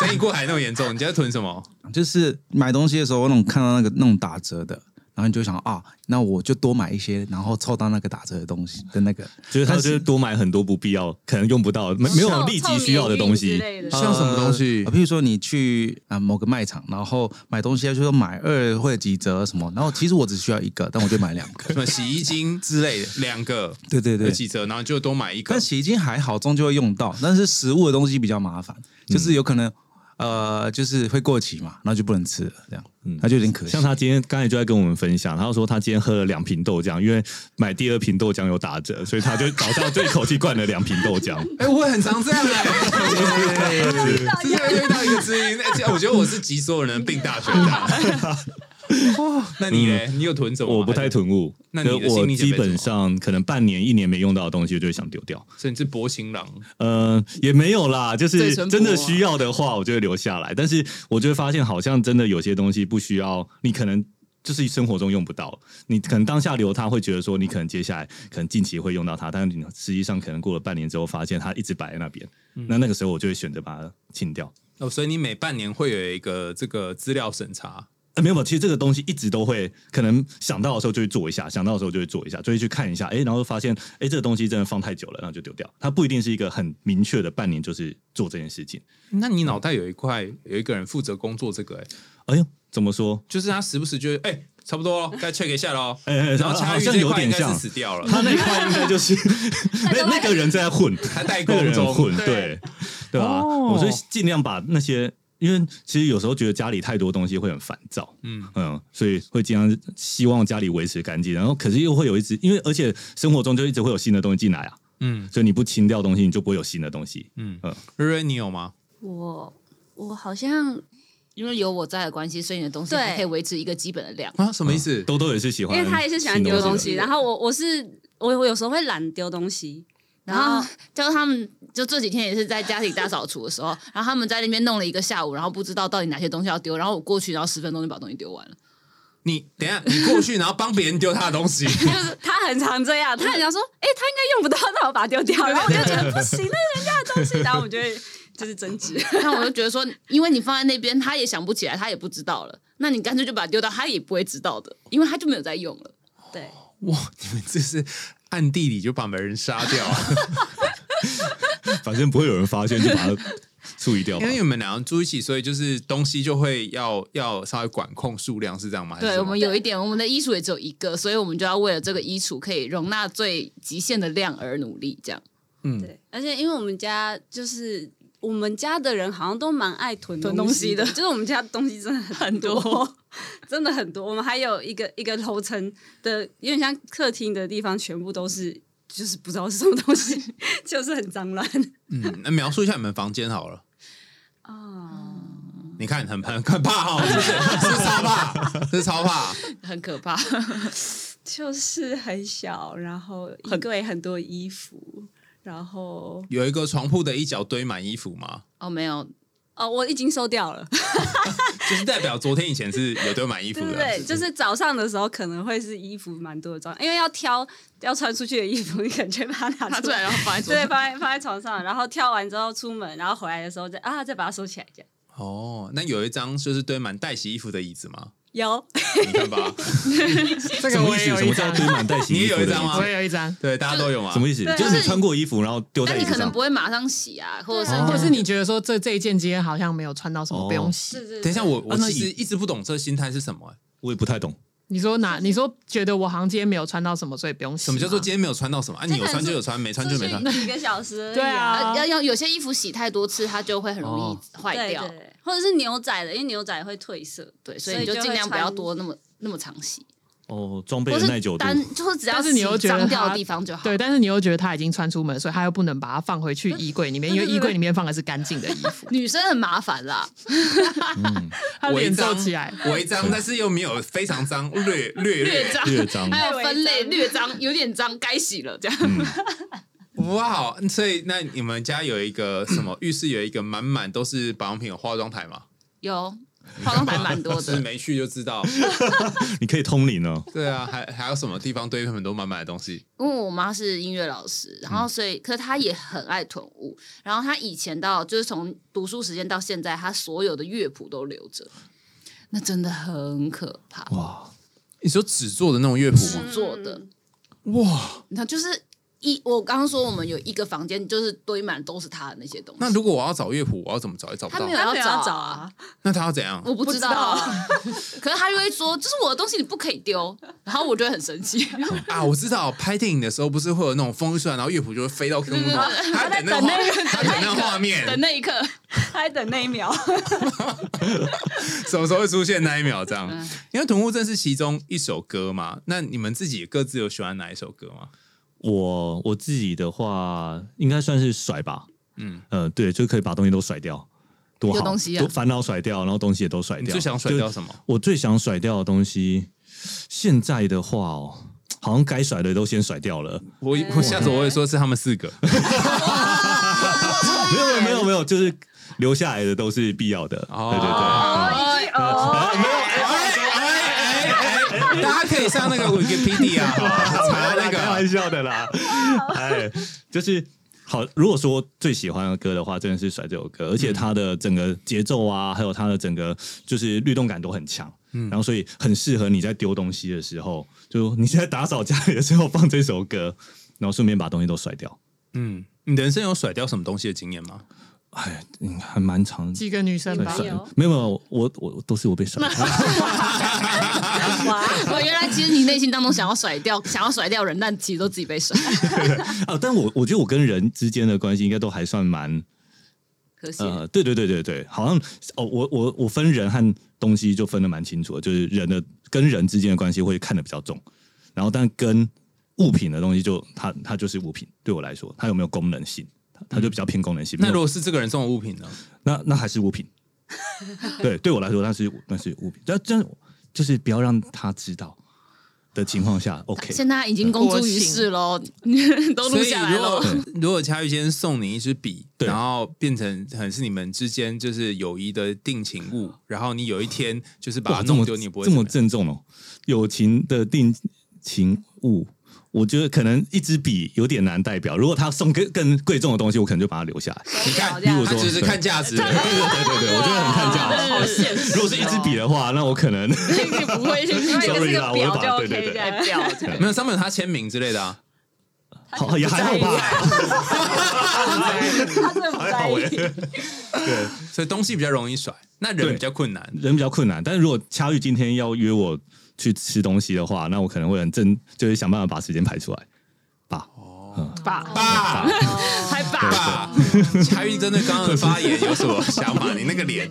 [SPEAKER 3] 生意过海那么严重，你家囤什么？
[SPEAKER 8] 就是买东西的时候，我那种看到那个那种打折的，然后你就想啊，那我就多买一些，然后凑到那个打折的东西的那个，
[SPEAKER 5] 就是他就是多买很多不必要、可能用不到、没没有立即需要的东西。
[SPEAKER 3] 像什么东西
[SPEAKER 8] 呃比如说你去啊、某个卖场，然后买东西，就说买二或者几折什么，然后其实我只需要一个，但我就买两 个。
[SPEAKER 3] 什么洗衣精之类的，两个，
[SPEAKER 8] 对对
[SPEAKER 3] 有
[SPEAKER 8] 对，
[SPEAKER 3] 几折，然后就多买一个
[SPEAKER 8] 但。洗衣精还好，终究会用到，但是食物的东西比较麻烦，就是有可能。呃，就是会过期嘛，然后就不能吃了，这样，嗯，那就有点可惜。
[SPEAKER 5] 像他今天刚才就在跟我们分享，他说他今天喝了两瓶豆浆，因为买第二瓶豆浆有打折，所以他就早上就一口气灌了两瓶豆浆。
[SPEAKER 3] 哎、我也很常这 样哎、
[SPEAKER 7] 到
[SPEAKER 3] 真的遇到一个知音，而且我觉得我是集所有人的病大全大。 哦，那你呢？你有囤什么吗？
[SPEAKER 5] 我不太囤物，
[SPEAKER 3] 那你的
[SPEAKER 5] 就是我
[SPEAKER 3] 心理准备
[SPEAKER 5] 基
[SPEAKER 3] 是什么
[SPEAKER 5] 本上可能半年、一年没用到的东西，我就会想丢掉。
[SPEAKER 3] 所以你是薄情郎，
[SPEAKER 5] 呃，也没有啦，就
[SPEAKER 9] 嘴
[SPEAKER 5] 是
[SPEAKER 9] 唇薄
[SPEAKER 5] 真的需要的话，我就会留下来。但是我就会发现，好像真的有些东西不需要，你可能就是生活中用不到，你可能当下留它，会觉得说你可能接下来可能近期会用到它，但是你实际上可能过了半年之后，发现它一直摆在那边，那那个时候我就会选择把它清掉。
[SPEAKER 3] 哦，所以你每半年会有一个这个资料审查。
[SPEAKER 5] 呃没有，其实这个东西一直都会，可能想到的时候就会做一下，想到的时候就会做一下，就会去看一下，哎，然后发现，哎，这个东西真的放太久了，然后就丢掉。它不一定是一个很明确的半年就是做这件事情。
[SPEAKER 3] 那你
[SPEAKER 5] 嗯
[SPEAKER 3] 脑袋有一块有一个人负责工作这个、哎，
[SPEAKER 5] 哎呦，怎么说？
[SPEAKER 3] 就是他时不时就会哎、差不多咯该 check 一下 喽。
[SPEAKER 5] 哎哎
[SPEAKER 3] 然后
[SPEAKER 5] 好
[SPEAKER 3] 恰玉
[SPEAKER 5] 像
[SPEAKER 3] 这
[SPEAKER 5] 有
[SPEAKER 3] 块应
[SPEAKER 5] 点
[SPEAKER 3] 该
[SPEAKER 5] 像
[SPEAKER 3] 是死掉了，
[SPEAKER 5] 他那一块应该就是 那那个人在混，
[SPEAKER 3] 他代
[SPEAKER 5] 那
[SPEAKER 3] 沟
[SPEAKER 5] 个人
[SPEAKER 3] 中，
[SPEAKER 5] 混，
[SPEAKER 6] 对
[SPEAKER 5] 对对吧？
[SPEAKER 3] 哦
[SPEAKER 5] 我就尽量把那些，因为其实有时候觉得家里太多东西会很烦躁，
[SPEAKER 3] 嗯，
[SPEAKER 5] 嗯，所以会尽量希望家里维持干净，然后可是又会有一直，因为而且生活中就一直会有新的东西进来啊，
[SPEAKER 3] 嗯
[SPEAKER 5] 所以你不清掉东西，你就不会有新的东西。
[SPEAKER 3] 嗯
[SPEAKER 5] 嗯，
[SPEAKER 3] 瑞瑞你有吗？
[SPEAKER 7] 我我好像
[SPEAKER 9] 因为有我在的关系，所以你的东西
[SPEAKER 7] 对
[SPEAKER 9] 还可以维持一个基本的量。
[SPEAKER 3] 啊，什么意思？
[SPEAKER 5] 兜兜也是喜欢，
[SPEAKER 7] 因为他也是喜欢丢东西，
[SPEAKER 5] 的
[SPEAKER 7] 然后我我是我我有时候会懒丢东西，
[SPEAKER 9] 然
[SPEAKER 7] 然
[SPEAKER 9] 后
[SPEAKER 7] 后
[SPEAKER 9] 就是他们就这几天也是在家里大扫除的时候，然后他们在那边弄了一个下午，然后不知道到底哪些东西要丢，然后我过去，然后十分钟就把东西丢完了。
[SPEAKER 3] 你等一下你过去，然后帮别人丢他的东 西，
[SPEAKER 7] 就是他很常这样，他很常说，哎、他应该用不到，那我把它丢掉，然后我就觉得不行，那是人家的东西，然后我们就会就是争执。
[SPEAKER 9] 那我就觉得说，因为你放在那边，他也想不起来，他也不知道了，那你干脆就把它丢到，他也不会知道的，因为他就没有在用了。
[SPEAKER 7] 对，
[SPEAKER 3] 哇，你们这是暗地里就把别人杀掉 啊！
[SPEAKER 5] 反正不会有人发现，就把它处理掉吧
[SPEAKER 3] 因。为你们两个住一起，所以就是东西就会要要稍微管控数量，是这样吗？还是
[SPEAKER 9] 对
[SPEAKER 3] 什
[SPEAKER 9] 我
[SPEAKER 3] 么
[SPEAKER 9] 们有一点，我们的衣橱也只有一个，所以我们就要为了这个衣橱可以容纳最极限的量而努力。这样，
[SPEAKER 3] 嗯，
[SPEAKER 7] 对，而且因为我们家就是我们家的人好像都蛮爱囤
[SPEAKER 6] 囤
[SPEAKER 7] 东
[SPEAKER 6] 东西
[SPEAKER 7] 的，
[SPEAKER 6] 的
[SPEAKER 7] 就是我们家东西真的很多，真的很多。我们还有一个一个楼层的，有点像客厅的地方，全部都是。就是不知道是什么东西， 就是很脏乱
[SPEAKER 3] 嗯，那描述一下你们房间好了。
[SPEAKER 7] 哦。
[SPEAKER 3] 你看，很很很怕哦， 是不是？是超怕，是超怕。
[SPEAKER 9] 很可怕。
[SPEAKER 7] 就是很小，然后衣柜很多衣服，然后
[SPEAKER 3] 有一个床铺的一角堆满衣服吗？
[SPEAKER 9] 哦，没有，
[SPEAKER 7] 哦，我已经收掉了，
[SPEAKER 3] 就是代表昨天以前是有堆满衣服
[SPEAKER 7] 对 对
[SPEAKER 3] 的，
[SPEAKER 7] 对，就是早上的时候可能会是衣服蛮多的状态，因为要挑要穿出去的衣服，你感觉把它拿
[SPEAKER 9] 拿
[SPEAKER 7] 出
[SPEAKER 9] 出来然后放在桌
[SPEAKER 7] 对，
[SPEAKER 9] 上。
[SPEAKER 7] 放在放在床上，然后挑完之后出门，然后回来的时候再啊，再把它收起来，这样
[SPEAKER 3] 哦，那有一张就是堆满待洗衣服的椅子吗？
[SPEAKER 7] 有
[SPEAKER 3] 你看吧，
[SPEAKER 6] 这
[SPEAKER 5] 什
[SPEAKER 6] 个
[SPEAKER 5] 么
[SPEAKER 6] 我
[SPEAKER 5] 意
[SPEAKER 6] 也
[SPEAKER 5] 思？
[SPEAKER 6] 有
[SPEAKER 5] 什
[SPEAKER 6] 一
[SPEAKER 5] 么叫
[SPEAKER 6] 张，
[SPEAKER 5] 堆满带洗？
[SPEAKER 3] 你也有一张吗哦
[SPEAKER 6] 我也有一张，
[SPEAKER 3] 对，大家都有吗？
[SPEAKER 5] 什么意思？
[SPEAKER 7] 对
[SPEAKER 5] 就是你穿过衣服，然后丢在椅
[SPEAKER 9] 但你
[SPEAKER 5] 子
[SPEAKER 9] 可能
[SPEAKER 5] 上
[SPEAKER 9] 不。会马上洗啊，或者是
[SPEAKER 5] 哦
[SPEAKER 6] 或者是你觉得说这这一件今天好像没有穿到什么，不啊用洗。
[SPEAKER 7] 是是，
[SPEAKER 3] 等一下，我我
[SPEAKER 5] 啊那
[SPEAKER 3] 其实一直不懂这心态是什么、欸
[SPEAKER 5] 我也不太懂，
[SPEAKER 6] 你说哪？你说觉得我好像今天没有穿到什么，所以不用洗吗。
[SPEAKER 3] 什么叫做今天没有穿到什么？啊，你有穿就有穿，没穿就没穿。
[SPEAKER 7] 一个小时而已、
[SPEAKER 6] 对啊
[SPEAKER 9] 呃要要有些衣服洗太多次，它就会很
[SPEAKER 6] 哦
[SPEAKER 9] 容易坏
[SPEAKER 7] 对
[SPEAKER 9] 掉。
[SPEAKER 7] 对对，或者是牛仔的，因为牛仔会褪色，
[SPEAKER 9] 对，所以你
[SPEAKER 7] 所
[SPEAKER 9] 就
[SPEAKER 7] 以就
[SPEAKER 9] 尽量
[SPEAKER 7] 会
[SPEAKER 9] 不要
[SPEAKER 7] 穿
[SPEAKER 9] 多那么那么常洗，
[SPEAKER 5] 哦，装备
[SPEAKER 9] 或
[SPEAKER 5] 的耐久
[SPEAKER 9] 是
[SPEAKER 5] 度，
[SPEAKER 9] 单就是只
[SPEAKER 6] 嗯
[SPEAKER 9] 要
[SPEAKER 6] 但是你又
[SPEAKER 9] 洗
[SPEAKER 6] 觉得
[SPEAKER 9] 脏掉
[SPEAKER 6] 它
[SPEAKER 9] 的地方就好。，
[SPEAKER 6] 对，但是你又觉得他已经穿出门，所以他又不能把它放回去衣柜里面，因为衣柜里面放的是干净的衣服
[SPEAKER 9] 女生很麻烦啦，
[SPEAKER 6] 他
[SPEAKER 3] 我一
[SPEAKER 6] 脸皱
[SPEAKER 3] 张
[SPEAKER 6] 起来。，
[SPEAKER 3] 我一张，但是又没有非常脏，略略
[SPEAKER 9] 略
[SPEAKER 3] 略。
[SPEAKER 9] 脏，
[SPEAKER 5] 略脏
[SPEAKER 9] 还有分类
[SPEAKER 7] 略微脏
[SPEAKER 9] 略脏，有点脏，该洗了这样。
[SPEAKER 3] 哇，所以那你们家有一个什么浴室有一个满满都是保养品有化妆台吗？
[SPEAKER 9] 有化妆台蛮多
[SPEAKER 3] 是
[SPEAKER 9] 的，
[SPEAKER 3] 没去就知道。
[SPEAKER 5] 你可以通灵哦。
[SPEAKER 3] 对啊，还还有什么地方堆很多满满的东西？
[SPEAKER 9] 因为我妈是音乐老师，然后所以，可是她也很爱囤物。然后她以前到就是从读书时间到现在，她所有的乐谱都留着，那真的很可怕。
[SPEAKER 5] 哇，
[SPEAKER 3] 你说纸做的那种乐谱吗？
[SPEAKER 9] 纸做的，
[SPEAKER 3] 哇，
[SPEAKER 9] 那就是一我刚刚说我们有一个房间，就是堆满都是她的那些东西。
[SPEAKER 3] 那如果我要找乐谱，我要怎么找也找不
[SPEAKER 9] 她
[SPEAKER 3] 到
[SPEAKER 9] 没有？
[SPEAKER 7] 他
[SPEAKER 9] 要
[SPEAKER 7] 没有
[SPEAKER 9] 找
[SPEAKER 7] 要找
[SPEAKER 9] 啊，
[SPEAKER 7] 啊，
[SPEAKER 3] 那他要怎样？
[SPEAKER 9] 我不知道
[SPEAKER 7] 不
[SPEAKER 9] 啊。 可是她就会说，这是我的东西，你不可以丢。然后我就会很生气。
[SPEAKER 3] 啊，我知道拍电影的时候不是会有那种风一出来，然后乐谱就会飞到空中，他在等那个画，他等那个画面，
[SPEAKER 9] 的那一刻，
[SPEAKER 7] 他还等那一秒，
[SPEAKER 3] 什么时候会出现那一秒？这样，因为《同物证》是其中一首歌嘛，那你们自己各自有喜欢哪一首歌吗？
[SPEAKER 5] 我我自己的话，应该算是甩吧。
[SPEAKER 3] 嗯
[SPEAKER 5] 嗯，呃，对，就可以把东西都甩掉，多好，
[SPEAKER 9] 有东西啊
[SPEAKER 5] 多烦恼甩掉，然后东西也都甩
[SPEAKER 3] 你
[SPEAKER 5] 掉。
[SPEAKER 3] 最想甩掉
[SPEAKER 5] 就
[SPEAKER 3] 什么？
[SPEAKER 5] 我最想甩掉的东西，现在的话哦，好像该甩的都先甩掉了。
[SPEAKER 3] 我我下次我会说是他们四个，
[SPEAKER 9] 啊
[SPEAKER 5] 没有没有没有没有，就是留下来的都是必要的。
[SPEAKER 3] 哦
[SPEAKER 5] 对对对。
[SPEAKER 3] 哎哎哎大家可以上那个 Wikipedia 啊，查那
[SPEAKER 5] 哦开
[SPEAKER 3] 个
[SPEAKER 5] 玩笑的啦，哎，就是好。如果说最喜欢的歌的话，真的是甩这首歌，而且它的整个节奏啊，还有它的整个就是律动感都很强，然后所以很适合你在丢东西的时候，就你现在打扫家里的时候放这首歌，然后顺便把东西都甩掉。
[SPEAKER 3] 嗯，你人生有甩掉什么东西的经验吗？
[SPEAKER 5] 哎，嗯还蛮长。
[SPEAKER 6] 几个女生
[SPEAKER 5] 被
[SPEAKER 6] 吧
[SPEAKER 5] 甩，
[SPEAKER 7] 有
[SPEAKER 5] 没有没有，我我都是我被甩。
[SPEAKER 9] 我哦原来其实你内心当中想要甩掉、 想要甩掉人，但其实都自己被甩。
[SPEAKER 5] 啊，但我我觉得我跟人之间的关系应该都还算蛮
[SPEAKER 9] 可惜，
[SPEAKER 5] 呃，对对对对对，好像哦，我我我分人和东西就分的蛮清楚的，就是人的跟人之间的关系会看得比较重，然后但跟物品的东西就它它就是物品，对我来说，它有没有功能性，它它就比较偏功能性。
[SPEAKER 3] 那
[SPEAKER 5] 没有
[SPEAKER 3] 如果是这个人送的物品呢？
[SPEAKER 5] 那那还是物品，对对我来说那是那是物品，但但就是不要让他知道的情况下，OK，
[SPEAKER 9] 现在已经公诸于世喽， 都
[SPEAKER 3] 所
[SPEAKER 9] 录
[SPEAKER 3] 以
[SPEAKER 9] 下来
[SPEAKER 3] 如
[SPEAKER 9] 喽
[SPEAKER 3] 果。 如果乔宇先送你一支笔，
[SPEAKER 5] 对
[SPEAKER 3] 然后变成很是你们之间就是友谊的定情物，然后你有一天就是把
[SPEAKER 5] 哇，
[SPEAKER 3] 它
[SPEAKER 5] 这
[SPEAKER 3] 弄
[SPEAKER 5] 么
[SPEAKER 3] 丢，你也不会
[SPEAKER 5] 这
[SPEAKER 3] 怎
[SPEAKER 5] 么
[SPEAKER 3] 样
[SPEAKER 5] 郑重哦。友情的定情物，我觉得可能一支笔有点难代表。如果他送更更贵重的东西，我可能就把它留下来。
[SPEAKER 7] 你
[SPEAKER 3] 看
[SPEAKER 7] 这样
[SPEAKER 5] 如果
[SPEAKER 3] 他
[SPEAKER 5] 说
[SPEAKER 3] 只是看价值，
[SPEAKER 5] 对对对对，我觉得很看价值。
[SPEAKER 7] 好现实哦
[SPEAKER 5] 如果是一支笔的话，那我可 能
[SPEAKER 9] 你不会去
[SPEAKER 7] 另外一个是
[SPEAKER 5] Sorry
[SPEAKER 7] 个
[SPEAKER 5] 啦我
[SPEAKER 7] 表
[SPEAKER 5] 把
[SPEAKER 7] 就
[SPEAKER 5] 对
[SPEAKER 7] OK
[SPEAKER 5] 对对
[SPEAKER 7] 这样。
[SPEAKER 9] 表
[SPEAKER 3] 没有上面有他签名之类的啊。
[SPEAKER 5] 好也还好吧。
[SPEAKER 7] 他真的不在意，
[SPEAKER 5] 对，
[SPEAKER 3] 所以东西比较容易甩，那人
[SPEAKER 5] 对
[SPEAKER 3] 比较困难。
[SPEAKER 5] 人比较困难，但是如果恰玉今天要约我去吃东西的话，那我可能会很正，就是想办法把时间排出来。
[SPEAKER 6] 吧，
[SPEAKER 3] 爸，
[SPEAKER 6] 还吧，
[SPEAKER 3] 爸，乔宇针对刚刚的发言有什么想法？你那个 脸，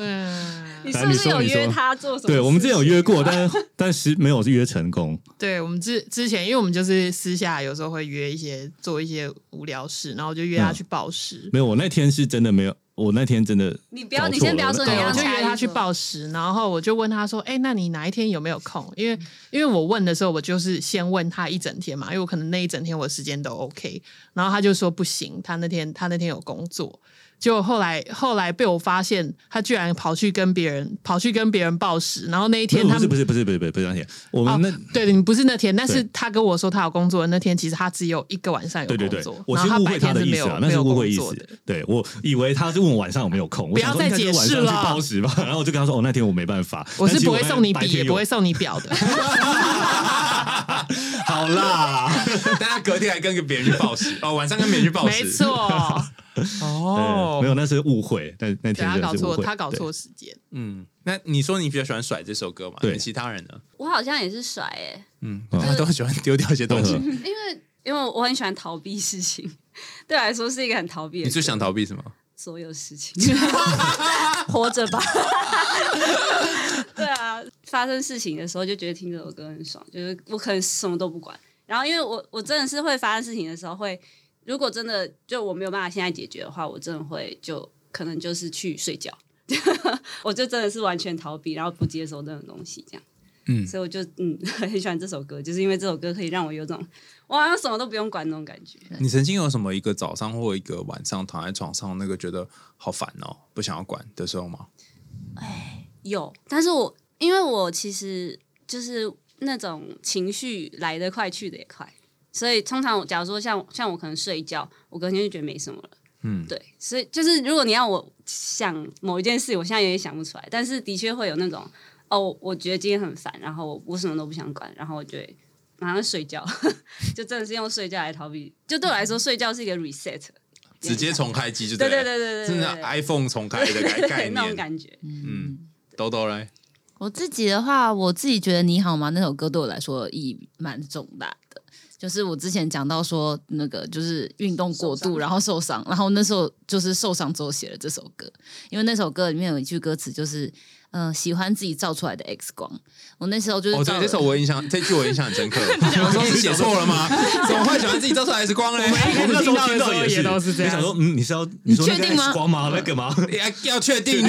[SPEAKER 6] 嗯，
[SPEAKER 7] 你是不是有约他做什么？
[SPEAKER 5] 对，我们之前有约过，但是但是没有约成功。
[SPEAKER 6] 对我们之之前，因为我们就是私下有时候会约一些做一些无聊事，然后我就约他去暴食。
[SPEAKER 5] 没有，我那天是真的没有，我那天真的
[SPEAKER 7] 你不要
[SPEAKER 5] 搞错
[SPEAKER 7] 你先
[SPEAKER 5] 了
[SPEAKER 7] 不要说
[SPEAKER 5] 我
[SPEAKER 7] 你
[SPEAKER 6] 对，哦
[SPEAKER 7] 要
[SPEAKER 6] 我就约他去
[SPEAKER 7] 说
[SPEAKER 6] 暴食，然后我就问他说：“哎、那你哪一天有没有空？”因为因为我问的时候，我就是先问他一整天嘛，因为我可能那一整天我的时间都 OK，然后他就说不行，他那天他那天有工作。结果后来后来被我发现，他居然跑去跟别人跑去跟别人暴食，然后那一天
[SPEAKER 5] 没
[SPEAKER 6] 他
[SPEAKER 5] 有
[SPEAKER 6] 们
[SPEAKER 5] 不是不是不是不是不是那天，我们
[SPEAKER 6] 哦
[SPEAKER 5] 那、，
[SPEAKER 6] 对，你不是那天，但是
[SPEAKER 5] 对
[SPEAKER 6] 他跟我说他有工作的那天，其实他只有一个晚上有
[SPEAKER 5] 对
[SPEAKER 6] 工
[SPEAKER 5] 对
[SPEAKER 6] 作，
[SPEAKER 5] 对，我
[SPEAKER 6] 然后
[SPEAKER 5] 是误
[SPEAKER 6] 白
[SPEAKER 5] 会他
[SPEAKER 6] 天
[SPEAKER 5] 的
[SPEAKER 6] 是
[SPEAKER 5] 意
[SPEAKER 6] 没
[SPEAKER 5] 思
[SPEAKER 6] 有
[SPEAKER 5] 啊，那
[SPEAKER 6] 没
[SPEAKER 5] 是
[SPEAKER 6] 有
[SPEAKER 5] 误会
[SPEAKER 6] 工
[SPEAKER 5] 意
[SPEAKER 6] 作的
[SPEAKER 5] 思。。对我以为他是问我晚上有没有空，我想
[SPEAKER 6] 不要
[SPEAKER 5] 说
[SPEAKER 6] 再
[SPEAKER 5] 应该就是
[SPEAKER 6] 解
[SPEAKER 5] 晚上
[SPEAKER 6] 释
[SPEAKER 5] 去
[SPEAKER 6] 了
[SPEAKER 5] 报时吧。然后我就跟他说：“哦，那天我没办法。”
[SPEAKER 6] 我
[SPEAKER 5] 但
[SPEAKER 6] 是
[SPEAKER 5] 其实
[SPEAKER 6] 不会
[SPEAKER 5] 那
[SPEAKER 6] 送你
[SPEAKER 5] 白
[SPEAKER 6] 笔，
[SPEAKER 5] 天
[SPEAKER 6] 也
[SPEAKER 5] 有
[SPEAKER 6] 不会。送你表的。
[SPEAKER 5] 好啦，
[SPEAKER 3] 但他隔天还跟个别人去暴食，哦，晚上跟别人去暴食，
[SPEAKER 6] 没 错，
[SPEAKER 5] 对，没有，那是误会。那
[SPEAKER 6] 对
[SPEAKER 5] 那天
[SPEAKER 6] 他
[SPEAKER 5] 真的
[SPEAKER 6] 搞
[SPEAKER 5] 是误
[SPEAKER 6] 错，
[SPEAKER 5] 会，
[SPEAKER 6] 他搞
[SPEAKER 5] 对
[SPEAKER 6] 错时间。
[SPEAKER 3] 嗯，那你说你比较喜欢甩这首歌嘛？
[SPEAKER 5] 对
[SPEAKER 3] 你其他人呢？
[SPEAKER 7] 我好像也是甩哎、
[SPEAKER 3] 嗯，
[SPEAKER 5] 嗯
[SPEAKER 3] 大家都喜欢丢掉一些 东西。
[SPEAKER 7] 因为因为我很喜欢逃避事情， 对我来说是一个很逃避
[SPEAKER 3] 你
[SPEAKER 7] 的
[SPEAKER 3] 最想逃避什么？
[SPEAKER 7] 所有事情， 活着吧。 对啊，发生事情的时候就觉得听这首歌很爽，就是我可能什么都不管。然后因为我我真的是会发生事情的时候会，如果真的就我没有办法现在解决的话，我真的会就可能就是去睡觉。 我就真的是完全逃避，然后不接受这种东西，这样。
[SPEAKER 3] 嗯
[SPEAKER 7] 所以我就嗯 很喜欢这首歌，就是因为这首歌可以让我有种我好像什么都不用管那种感觉。
[SPEAKER 3] 你曾经有什么一个早上或一个晚上躺在床上那个觉得好烦哦，不想要管的时候吗？
[SPEAKER 7] 有，但是我因为我其实就是那种情绪来得快去得也快，所以通常我假如说像像我可能睡觉，我隔天就觉得没什么了。
[SPEAKER 3] 嗯
[SPEAKER 7] 对，所以就是如果你要我想某一件事，我现在有点想不出来，但是的确会有那种哦，我觉得今天很烦，然后我我什么都不想管，然后我就会马上睡觉， 就真的是用睡觉来逃避。就对我来说，睡觉是一个 reset，
[SPEAKER 3] 直接重开机就
[SPEAKER 7] 对
[SPEAKER 3] 对
[SPEAKER 7] 对对对对
[SPEAKER 3] 真
[SPEAKER 7] 对
[SPEAKER 3] 的
[SPEAKER 7] 对
[SPEAKER 3] iPhone 重开的 概概
[SPEAKER 7] 那种
[SPEAKER 3] 念。
[SPEAKER 7] 感觉。
[SPEAKER 3] 嗯，豆豆嘞，
[SPEAKER 9] 我自己的话，我自己觉得《你好吗》那首歌对我来说意义蛮重大的。就是我之前讲到说，那个就是运动过
[SPEAKER 7] 受
[SPEAKER 9] 度，
[SPEAKER 7] 伤
[SPEAKER 9] 然后受伤，然后那时候就是受伤之后写了这首歌，因为那首歌里面有一句歌词就是，呃，喜欢自己照出来的 X 光。我那时候就是
[SPEAKER 3] 哦，
[SPEAKER 9] 照
[SPEAKER 3] 对，
[SPEAKER 9] 了
[SPEAKER 3] 这首我印象，这句我印象很深刻。我说你写错了吗？怎么会喜欢自己照出来是光嘞？
[SPEAKER 6] 哎
[SPEAKER 5] 我们那时候听到
[SPEAKER 6] 我们那时候
[SPEAKER 5] 是
[SPEAKER 6] 也都是这样
[SPEAKER 5] 我想说，嗯，你是要你说那
[SPEAKER 9] 确
[SPEAKER 5] 个
[SPEAKER 9] 定吗
[SPEAKER 5] X 光吗？那个吗？
[SPEAKER 3] 要哎要确定呢。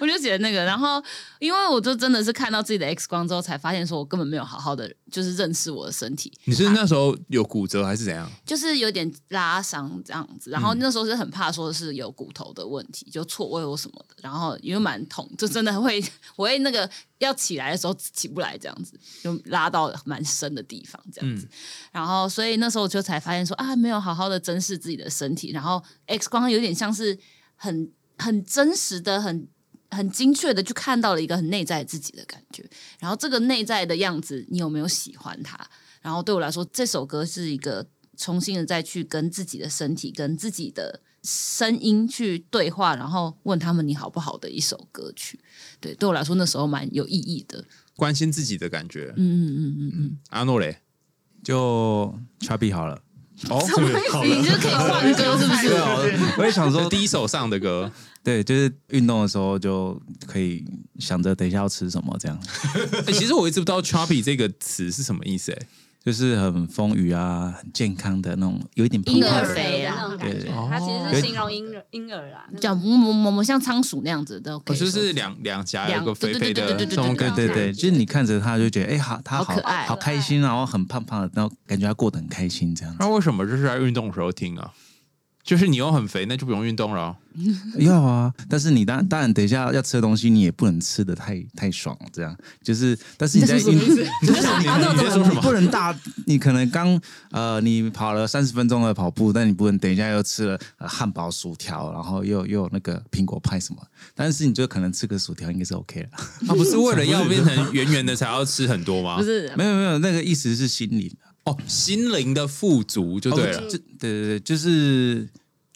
[SPEAKER 9] 我就写那个，然后因为我就真的是看到自己的 X 光之后，才发现说我根本没有好好的就是认识我的身体，
[SPEAKER 3] 你是那时候有骨折还是怎样？
[SPEAKER 9] 就是有点拉伤这样子。然后那时候是很怕说是有骨头的问题，就错位或什么的，然后因为蛮痛，就真的会 我会那个要起来的时候起不来这样子，就拉到蛮深的地方这样子。然后所以那时候我就才发现说啊，没有好好的珍视自己的身体，然后 X 光有点像是很很真实的很。很精确的去看到了一个很内在的自己的感觉，然后这个内在的样子，你有没有喜欢它？然后对我来说，这首歌是一个重新的再去跟自己的身体、跟自己的声音去对话，然后问他们你好不好的一首歌曲。对，对我来说那时候蛮有意义的。
[SPEAKER 3] 关心自己的感觉。
[SPEAKER 9] 嗯嗯嗯嗯嗯，
[SPEAKER 3] 阿诺嘞，
[SPEAKER 8] 就 Chubby 好了。
[SPEAKER 3] 哦，
[SPEAKER 5] 是不是好了
[SPEAKER 9] 你就可以换歌是不是？
[SPEAKER 8] 我也想
[SPEAKER 3] 就
[SPEAKER 8] 说，
[SPEAKER 3] 第一首上的歌，
[SPEAKER 8] 对，就是运动的时候就可以想着等一下要吃什么，这样
[SPEAKER 3] 欸其实我一直不知道 “choppy” 这个词是什么意思、欸。
[SPEAKER 8] 就是很丰腴啊，很健康的那种，有一点澎
[SPEAKER 9] 婴
[SPEAKER 8] 湃
[SPEAKER 9] 儿
[SPEAKER 8] 的
[SPEAKER 9] 肥
[SPEAKER 7] 的
[SPEAKER 9] 啦
[SPEAKER 7] 那种感
[SPEAKER 8] 对哦
[SPEAKER 7] 觉，它其实是形容婴儿婴儿啦，那种
[SPEAKER 9] 讲某某某某像仓鼠那样子的，
[SPEAKER 3] 我
[SPEAKER 9] 可以
[SPEAKER 3] 哦就
[SPEAKER 9] 说
[SPEAKER 3] 是两两颊有
[SPEAKER 9] 两
[SPEAKER 3] 个肥
[SPEAKER 9] 对
[SPEAKER 3] 肥
[SPEAKER 9] 对
[SPEAKER 3] 的
[SPEAKER 9] 对对对
[SPEAKER 3] 动物
[SPEAKER 9] 对
[SPEAKER 8] 对对
[SPEAKER 3] 跟
[SPEAKER 8] 对，就是你看着他就觉得，哎、好，他好
[SPEAKER 9] 好可爱
[SPEAKER 8] 好开心，啊然后很胖胖的，然后感觉他过得很开心这样子。
[SPEAKER 3] 那为什么这是在运动的时候听啊？就是你又很肥，那就不用运动了哦。
[SPEAKER 8] 要啊，但是你当当然等一下要吃的东西，你也不能吃的太太爽，这样就是，但是你在运， 就是你
[SPEAKER 3] 你在说什么啊
[SPEAKER 8] 不能大，你可能刚呃你跑了三十分钟的跑步，但你不能等一下又吃了呃汉堡、薯条，然后又又有那个苹果派什么，但是你就可能吃个薯条应该是 OK 了。
[SPEAKER 3] 他啊不是为了要变成圆圆的才要吃很多吗
[SPEAKER 9] 不？是
[SPEAKER 8] 没有没有，那个意思是心理
[SPEAKER 3] 哦，心灵的富足就对
[SPEAKER 8] 哦
[SPEAKER 3] 了。
[SPEAKER 8] 这对对对，就是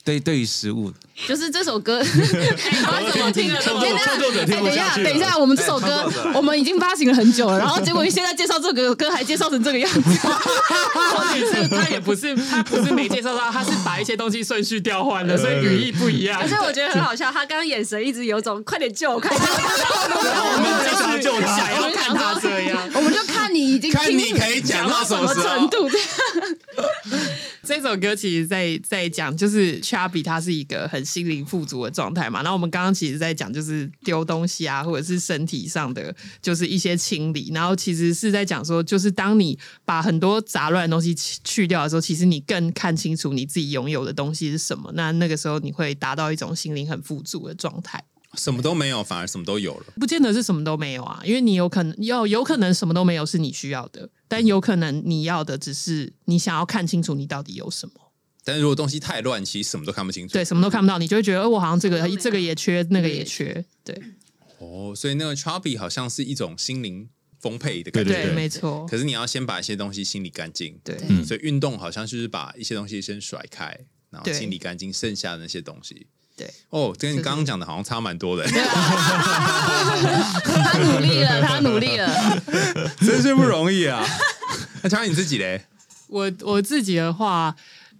[SPEAKER 8] 对对于食物，
[SPEAKER 9] 就是这首 歌，
[SPEAKER 7] 啊
[SPEAKER 9] 我怎么听了？
[SPEAKER 5] 创作创作者听
[SPEAKER 9] 哎，
[SPEAKER 5] 不
[SPEAKER 9] 等一
[SPEAKER 5] 下
[SPEAKER 9] 下，
[SPEAKER 5] 去了
[SPEAKER 9] 等一下，我们这首
[SPEAKER 3] 哎
[SPEAKER 9] 歌我们已经发行了很久了，然后结果你现在介绍这个歌还介绍成 这个样子，
[SPEAKER 6] 而且是 他也不是他不是没介绍到，他是把一些东西顺序调换了，所以语义不一样
[SPEAKER 7] 而。且我觉得很好笑，他刚刚眼神一直有种快点救我，快点救 我，
[SPEAKER 5] 我们在想要救
[SPEAKER 6] 想
[SPEAKER 5] 他，
[SPEAKER 6] 要看他这样，
[SPEAKER 9] 我们就看你已经
[SPEAKER 3] 看
[SPEAKER 9] 听
[SPEAKER 3] 你可以讲到什
[SPEAKER 9] 什
[SPEAKER 3] 么
[SPEAKER 9] 么
[SPEAKER 3] 时
[SPEAKER 9] 程
[SPEAKER 3] 候。
[SPEAKER 9] 度。
[SPEAKER 6] 这首歌其实在在讲，就是 Chubby 他是一个很心灵富足的状态嘛。然后我们刚刚其实在讲，就是丢东西啊，或者是身体上的就是一些清理。然后其实是在讲说，就是当你把很多杂乱的东西去去掉的时候，其实你更看清楚你自己拥有的东西是什么。那那个时候你会达到一种心灵很富足的状态。
[SPEAKER 3] 什么都没有，反而什么都有了。
[SPEAKER 6] 不见得是什么都没有啊，因为你有可能要有可能什么都没有是你需要的，但有可能你要的只是你想要看清楚你到底有什么。
[SPEAKER 3] 但是如果东西太乱，其实什么都看不清楚。
[SPEAKER 6] 对，什么都看不到，你就会觉得，呃我好像这个
[SPEAKER 7] 没有
[SPEAKER 6] 这个也缺，那个也缺，对
[SPEAKER 3] 哦，所以那个 chubby 好像是一种心灵丰沛的
[SPEAKER 5] 对
[SPEAKER 3] 感觉。
[SPEAKER 6] 没错，
[SPEAKER 3] 可是你要先把一些东西清理干净。
[SPEAKER 6] 对
[SPEAKER 9] 嗯
[SPEAKER 3] 所以运动好像就是把一些东西先甩开，然后
[SPEAKER 6] 对
[SPEAKER 3] 清理干净剩下的那些东西。
[SPEAKER 6] 对，
[SPEAKER 3] 哦，跟你
[SPEAKER 6] 是啊
[SPEAKER 3] 刚刚讲的好像差蛮多的，欸
[SPEAKER 9] 他努力了，他努力了，
[SPEAKER 3] 真是不容易啊。 那乔你自己嘞？
[SPEAKER 6] 我我自己的话，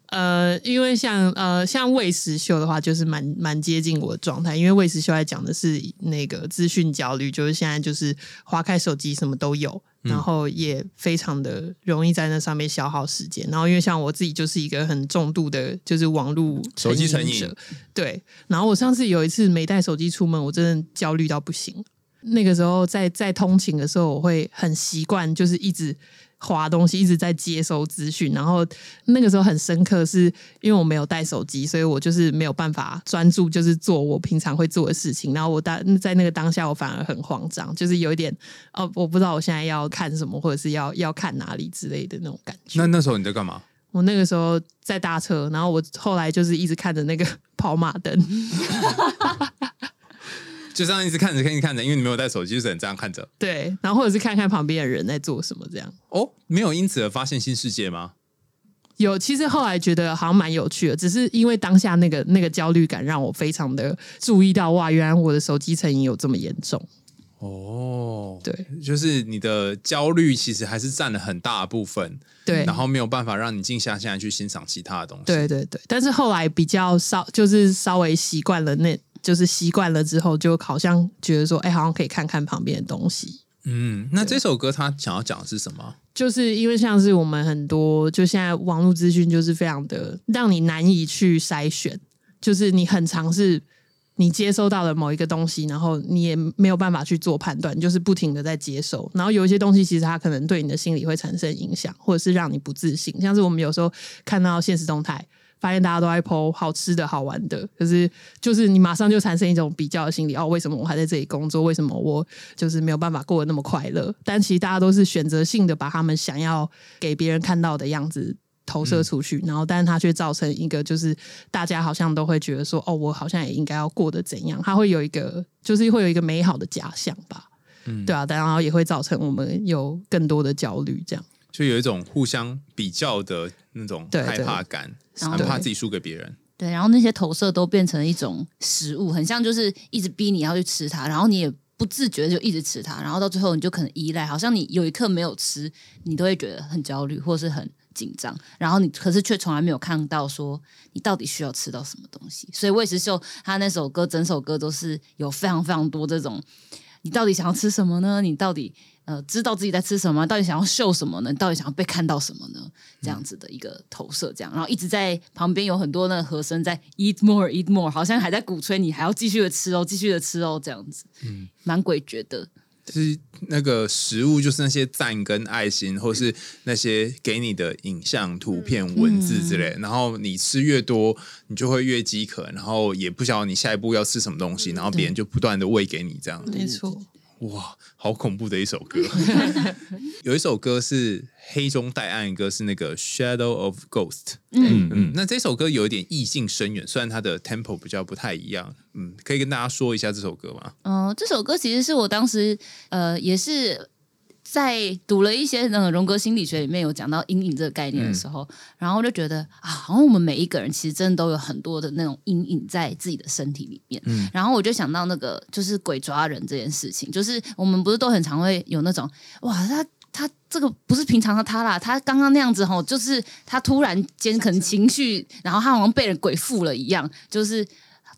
[SPEAKER 6] 呃，因为像呃像魏时秀的话，就是蛮蛮接近我的状态，因为魏时秀在讲的是那个资讯焦虑，就是现在就是划开手机什么都有，然后也非常的容易在那上面消耗时间。然后因为像我自己就是一个很重度的，就是网络
[SPEAKER 3] 手机成瘾
[SPEAKER 6] 者，对。然后我上次有一次没带手机出门，我真的焦虑到不行。那个时候在在通勤的时候，我会很习惯，就是一直划东西，一直在接收资讯。然后那个时候很深刻，是因为我没有带手机，所以我就是没有办法专注，就是做我平常会做的事情。然后我当在那个当下，我反而很慌张，就是有一点哦，我不知道我现在要看什么，或者是要要看哪里之类的那种感觉。
[SPEAKER 3] 那那时候你在干嘛？
[SPEAKER 6] 我那个时候在搭车，然后我后来就是一直看着那个 跑马灯，
[SPEAKER 3] 就这样一直看着看着看着，因为你没有带手机，就只能这样看着。
[SPEAKER 6] 对，然后或者是看看旁边的人在做什么这样。
[SPEAKER 3] 哦，没有因此而发现新世界吗？
[SPEAKER 6] 有，其实后来觉得好像蛮有趣的，只是因为当下那个那个焦虑感让我非常的注意到，哇，原来我的手机成瘾有这么严重。
[SPEAKER 3] 哦，
[SPEAKER 6] 对，
[SPEAKER 3] 就是你的焦虑其实还是占了很大的部分，
[SPEAKER 6] 对，
[SPEAKER 3] 然后没有办法让你静下心来去欣赏其他的东西。
[SPEAKER 6] 对对对，但是后来比较稍，就是稍微习惯了那，就是习惯了之后，就好像觉得说，哎、好像可以看看旁边的东西。
[SPEAKER 3] 嗯，那这首歌它想要讲的是什么？啊
[SPEAKER 6] 就是因为像是我们很多，就现在网络资讯就是非常的让你难以去筛选，就是你很尝试你接收到了某一个东西，然后你也没有办法去做判断，你就是不停的在接收。然后有一些东西其实它可能对你的心理会产生影响，或者是让你不自信。像是我们有时候看到现实动态，发现大家都在 PO 好吃的好玩的，可是就是你马上就产生一种比较的心理，哦，为什么我还在这里工作？为什么我就是没有办法过得那么快乐？但其实大家都是选择性的把他们想要给别人看到的样子。投射出去，然后，但是它却造成一个，就是大家好像都会觉得说，哦，我好像也应该要过得怎样，它会有一个，就是会有一个美好的假象吧，嗯，对啊，但然后也会造成我们有更多的焦虑，这样，
[SPEAKER 3] 就有一种互相比较的那种
[SPEAKER 6] 对
[SPEAKER 3] 害怕感，
[SPEAKER 9] 然后
[SPEAKER 3] 很怕自己输给别人。
[SPEAKER 2] 对，然后那些投射都变成一种食物，很像就是一直逼你要去吃它，然后你也不自觉就一直吃它，然后到最后你就可能依赖，好像你有一刻没有吃，你都会觉得很焦虑或是很紧张，然后你可是却从来没有看到说你到底需要吃到什么东西。所以魏时秀他那首歌，整首歌都是有非常非常多这种，你到底想要吃什么呢？你到底呃知道自己在吃什么吗？到底想要秀什么呢？你到底想要被看到什么呢？这样子的一个投射，这样，然后一直在旁边有很多那个和声在 eat more eat more，好像还在鼓吹你还要继续的吃哦，继续的吃哦，这样子，嗯，蛮诡谲的，
[SPEAKER 3] 其实那个食物就是那些赞跟爱心，或是那些给你的影像、图片、文字之类的。然后你吃越多，你就会越饥渴，然后也不晓得你下一步要吃什么东西，然后别人就不断的喂给你这样。
[SPEAKER 6] 没错，
[SPEAKER 3] 哇，好恐怖的一首歌！有一首歌是黑中带暗，一个是那个《Shadow of Ghost》。
[SPEAKER 5] 嗯
[SPEAKER 3] 嗯，那这首歌有一点意境深远，虽然它的 tempo 比较不太一样。嗯，可以跟大家说一下这首歌吗？
[SPEAKER 2] 嗯、这首歌其实是我当时呃也是在读了一些那个荣格心理学里面有讲到阴影这个概念的时候，然后就觉得啊，好像我们每一个人其实真的都有很多的那种阴影在自己的身体里面。然后我就想到那个就是鬼抓人这件事情，就是我们不是都很常会有那种哇他。他这个不是平常的他啦，他刚刚那样子吼，就是他突然间可能情绪，然后他好像被人鬼附了一样，就是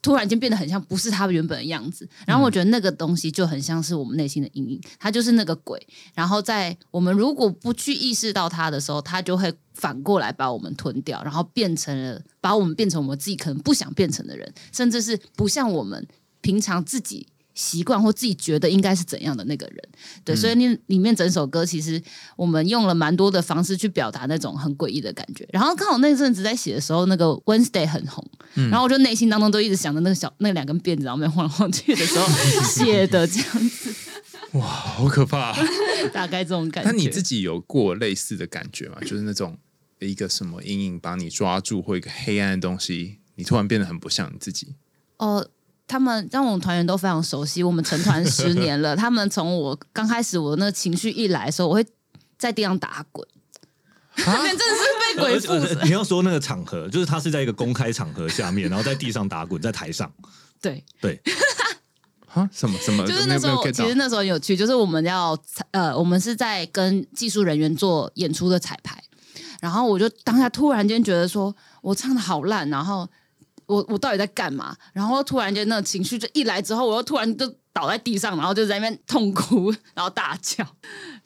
[SPEAKER 2] 突然间变得很像不是他原本的样子。然后我觉得那个东西就很像是我们内心的阴影，它就是那个鬼。然后在我们如果不去意识到它的时候，它就会反过来把我们吞掉，然后变成了把我们变成我们自己可能不想变成的人，甚至是不像我们平常自己习惯或自己觉得应该是怎样的那个人。对，
[SPEAKER 3] 嗯
[SPEAKER 2] 所以那里面整首歌其实我们用了蛮多的方式去表达那种很诡异的感觉。然后刚好那阵子在写的时候，那个 Wednesday 很红，
[SPEAKER 3] 嗯
[SPEAKER 2] 然后我就内心当中都一直想着那个小那两根辫子，然后没有晃来晃去的时候写的这样子，
[SPEAKER 3] 哦好可怕、
[SPEAKER 2] 大概这种感觉。
[SPEAKER 3] 那你自己有过类似的感觉 吗？就是那种一个什么阴影把你抓住，或一个黑暗的东西，你突然变得很不像你自己。
[SPEAKER 2] 哦，他们让我们团员都非常熟悉，我们成团十年了。他们从我刚开始我那情绪一来的时候，我会在地上打滚，
[SPEAKER 5] 鬼父、呃你要说那个场合，就是他是在一个公开场合下面，然后在地上打滚，在台上，
[SPEAKER 2] 对，
[SPEAKER 5] 对，
[SPEAKER 3] 啊，什么什么？
[SPEAKER 2] 就是
[SPEAKER 3] 没
[SPEAKER 2] 那
[SPEAKER 3] 有
[SPEAKER 2] 时
[SPEAKER 3] 没有
[SPEAKER 2] 候，
[SPEAKER 3] get
[SPEAKER 2] 其
[SPEAKER 3] 到
[SPEAKER 2] 实那时候很有趣，就是我们要呃，我们是在跟技术人员做演出的彩排，然后我就当下突然间觉得说我唱的好烂，然后我我到底在干嘛？然后突然间那个情绪就一来之后，我又突然就倒在地上，然后就在那边痛哭，然后大叫。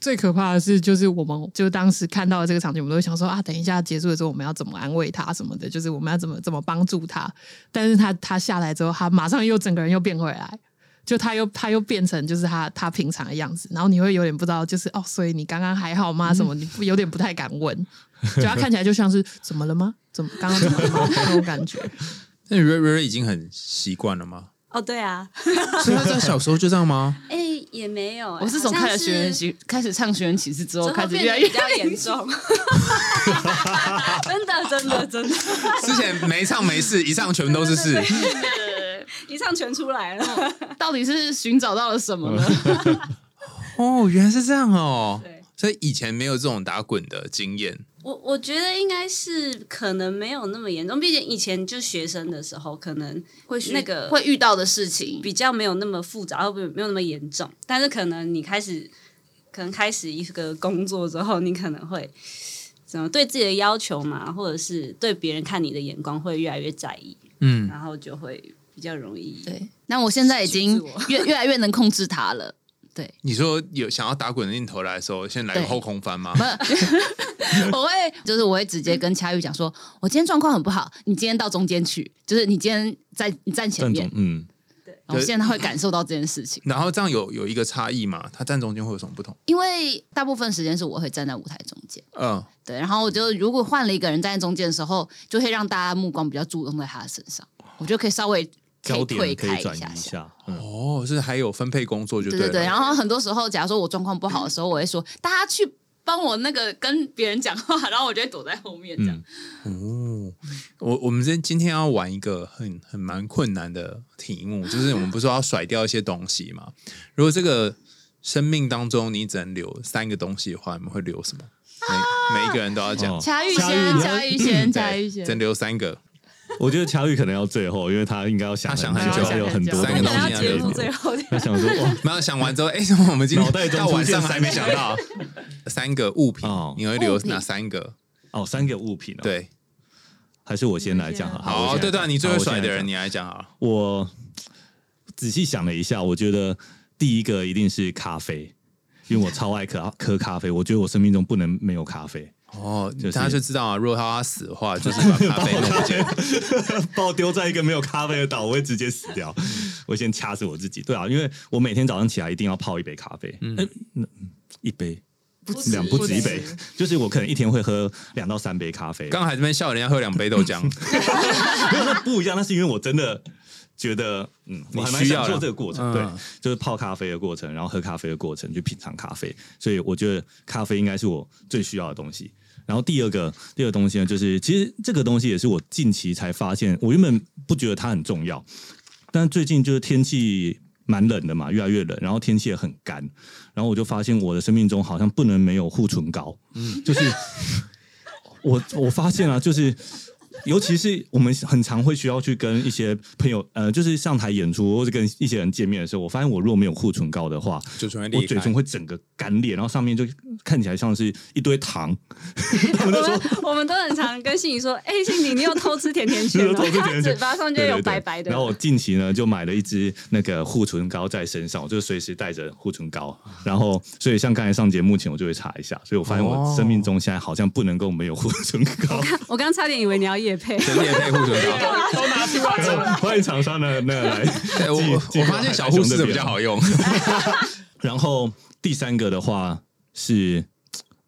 [SPEAKER 6] 最可怕的是，就是我们就当时看到这个场景，我们都会想说啊，等一下结束的时候，我们要怎么安慰他什么的，就是我们要怎么怎么帮助他。但是他他下来之后，他马上又整个人又变回来，就他又他又变成就是他他平常的样子，然后你会有点不知道，就是哦，所以你刚刚还好吗？什么？你不有点不太敢问，就他看起来就像是怎么了吗？怎么刚刚怎么了吗？那种感觉。
[SPEAKER 3] 那瑞瑞瑞已经很习惯了吗？
[SPEAKER 7] 哦，对啊，
[SPEAKER 3] 所以他在小时候就这样吗？
[SPEAKER 7] 哎、也没有、
[SPEAKER 2] 我是从看
[SPEAKER 7] 看
[SPEAKER 2] 了《寻人启》开始唱《寻人启事》之后，开始越来
[SPEAKER 7] 变得
[SPEAKER 2] 越
[SPEAKER 7] 比较严 重，真的真的真的，
[SPEAKER 3] 之前没唱没事，一唱全部都是事。
[SPEAKER 7] 一唱全出来了。
[SPEAKER 2] 到底是寻找到了什么呢？
[SPEAKER 3] 哦，原来是这样哦
[SPEAKER 7] 对。
[SPEAKER 3] 所以以前没有这种打滚的经验。
[SPEAKER 7] 我我觉得应该是可能没有那么严重，毕竟以前就学生的时候，可能
[SPEAKER 2] 会
[SPEAKER 7] 那个
[SPEAKER 2] 会遇到的事情，
[SPEAKER 7] 比较没有那么复杂，或没有那么严重。但是可能你开始，可能开始一个工作之后，你可能会怎么对自己的要求嘛，或者是对别人看你的眼光会越来越在意，
[SPEAKER 3] 嗯，
[SPEAKER 7] 然后就会比较容易。
[SPEAKER 2] 对，那我现在已
[SPEAKER 7] 是
[SPEAKER 2] 经
[SPEAKER 7] 自我
[SPEAKER 2] 越越 来越能控制它了，
[SPEAKER 3] 你说有想要打滚的念头来的时候，先来个
[SPEAKER 2] 对
[SPEAKER 3] 后空翻吗？
[SPEAKER 2] 我会就是我会直接跟恰玉讲说，我今天状况很不好，你今天到中间去，就是你今天在你站前
[SPEAKER 5] 但总
[SPEAKER 2] 面，
[SPEAKER 5] 嗯，
[SPEAKER 2] 然后现在他会感受到这件事情，
[SPEAKER 3] 然后这样有有一个差异嘛？他站中间会有什么不同？
[SPEAKER 2] 因为大部分时间是我会站哦在舞台中间，
[SPEAKER 3] 嗯，
[SPEAKER 2] 对，然后我就如果换了一个人站在中间的时候，就会让大家目光比较注重在他的身上，我就可以稍微可
[SPEAKER 5] 焦
[SPEAKER 2] 以
[SPEAKER 5] 点
[SPEAKER 2] 退
[SPEAKER 5] 可
[SPEAKER 2] 开
[SPEAKER 5] 以转移
[SPEAKER 2] 下
[SPEAKER 5] 一
[SPEAKER 2] 下。
[SPEAKER 5] 下，嗯，
[SPEAKER 3] 哦，是还有分配工作就
[SPEAKER 2] 对
[SPEAKER 3] 了。
[SPEAKER 2] 对对，然后很多时候，假如说我状况不好的时候，我会说大家去帮我那个跟别人讲话， 然后我就会躲在后面这样。
[SPEAKER 5] 嗯
[SPEAKER 3] 哦，我我们今今天要玩一个很很蛮困难的题目，就是我们不是说要甩掉一些东西嘛？如果这个生命当中你只能留三个东西的话，你们会留什么？每每一个人都要讲
[SPEAKER 5] 哦，
[SPEAKER 2] 恰玉
[SPEAKER 5] 恰玉
[SPEAKER 2] 先，
[SPEAKER 5] 你
[SPEAKER 2] 恰玉先，恰玉
[SPEAKER 3] 对
[SPEAKER 2] 先
[SPEAKER 3] 只。能留三个。
[SPEAKER 5] 我觉得乔宇可能要最后，因为他应该要想
[SPEAKER 3] 他想
[SPEAKER 5] 很
[SPEAKER 3] 很久
[SPEAKER 5] 还有很多
[SPEAKER 6] 我
[SPEAKER 3] 三
[SPEAKER 5] 东
[SPEAKER 3] 个
[SPEAKER 5] 西
[SPEAKER 3] 东
[SPEAKER 7] 等
[SPEAKER 3] 西
[SPEAKER 7] 到
[SPEAKER 3] 要
[SPEAKER 7] 节
[SPEAKER 3] 留
[SPEAKER 7] 目
[SPEAKER 3] 着
[SPEAKER 7] 最后
[SPEAKER 5] 他想说哇，
[SPEAKER 3] 没有想完之后，哎、怎么我们今天
[SPEAKER 5] 脑袋中
[SPEAKER 3] 到晚上
[SPEAKER 5] 出现
[SPEAKER 3] 还没想到三个物品
[SPEAKER 5] 哦，
[SPEAKER 3] 你会留
[SPEAKER 9] 物品
[SPEAKER 3] 哪三个？
[SPEAKER 5] 哦，三个物品、哦，，
[SPEAKER 3] 对，
[SPEAKER 5] 还是我先来讲好了。
[SPEAKER 3] 好，
[SPEAKER 5] 我先来
[SPEAKER 3] 对对啊，
[SPEAKER 5] 讲
[SPEAKER 3] 你最会
[SPEAKER 5] 好我先
[SPEAKER 3] 甩的
[SPEAKER 5] 来
[SPEAKER 3] 人，
[SPEAKER 5] 讲
[SPEAKER 3] 你来讲好了。
[SPEAKER 5] 我仔细想了一下，我觉得第一个一定是咖啡，因为我超爱喝喝咖啡，我觉得我生命中不能没有咖啡，
[SPEAKER 3] 哦，
[SPEAKER 5] 就是
[SPEAKER 3] 大家就知道啊，如果他要死的话，就是 把咖啡弄不见。
[SPEAKER 5] 把我丢在一个没有咖啡的岛，我会直接死掉。我先掐死我自己。对啊，因为我每天早上起来一定要泡一杯咖啡，嗯，那一杯
[SPEAKER 9] 不止
[SPEAKER 5] 两不止一
[SPEAKER 6] 不止
[SPEAKER 5] 杯，就是我可能一天会喝两到三杯咖啡。
[SPEAKER 3] 刚才这边笑人家喝两杯豆浆，
[SPEAKER 5] 没有，那 不一样，那是因为我真的觉得，嗯，
[SPEAKER 3] 你
[SPEAKER 5] 我还蛮
[SPEAKER 3] 需
[SPEAKER 5] 享
[SPEAKER 3] 要
[SPEAKER 5] 受
[SPEAKER 3] 啦
[SPEAKER 5] 这个过程，
[SPEAKER 3] 嗯
[SPEAKER 5] 对，就是泡咖啡的过程，然后喝咖啡的过程，去品尝咖啡，所以我觉得咖啡应该是我最需要的东西。然后第二个，第二个东西呢，就是其实这个东西也是我近期才发现，我原本不觉得它很重要，但最近就是天气蛮冷的嘛，越来越冷，然后天气也很干，然后我就发现我的生命中好像不能没有护唇膏，嗯，就是 我我发现啊，就是尤其是我们很常会需要去跟一些朋友，呃，就是上台演出或者跟一些人见面的时候，我发现我如果没有护唇膏的话，
[SPEAKER 3] 就准备
[SPEAKER 5] 我
[SPEAKER 3] 离
[SPEAKER 5] 嘴
[SPEAKER 3] 开
[SPEAKER 5] 唇。会整个干裂，然后上面就看起来像是一堆糖。他们就说
[SPEAKER 7] 我们我们都很常跟信怡说，哎、信怡，你又偷吃甜 甜圈
[SPEAKER 5] 就
[SPEAKER 7] 了
[SPEAKER 5] 是偷吃甜甜圈，
[SPEAKER 7] 嘴巴上就有白白
[SPEAKER 5] 对对对
[SPEAKER 7] 的。
[SPEAKER 5] 然后我近期呢就买了一支那个护唇膏在身上，我就随时带着护唇膏。然后，所以像刚才上节目前我就会查一下，所以我发现我生命中现在好像不能够没有护唇 膏。
[SPEAKER 7] 我刚差点以为你要夜配，
[SPEAKER 3] 对你也配护唇膏，
[SPEAKER 5] 都拿出来，欢迎厂商的那个来。
[SPEAKER 3] 对我
[SPEAKER 5] 寄
[SPEAKER 3] 我我发现小护士的比较好用。
[SPEAKER 5] 然后第三个的话是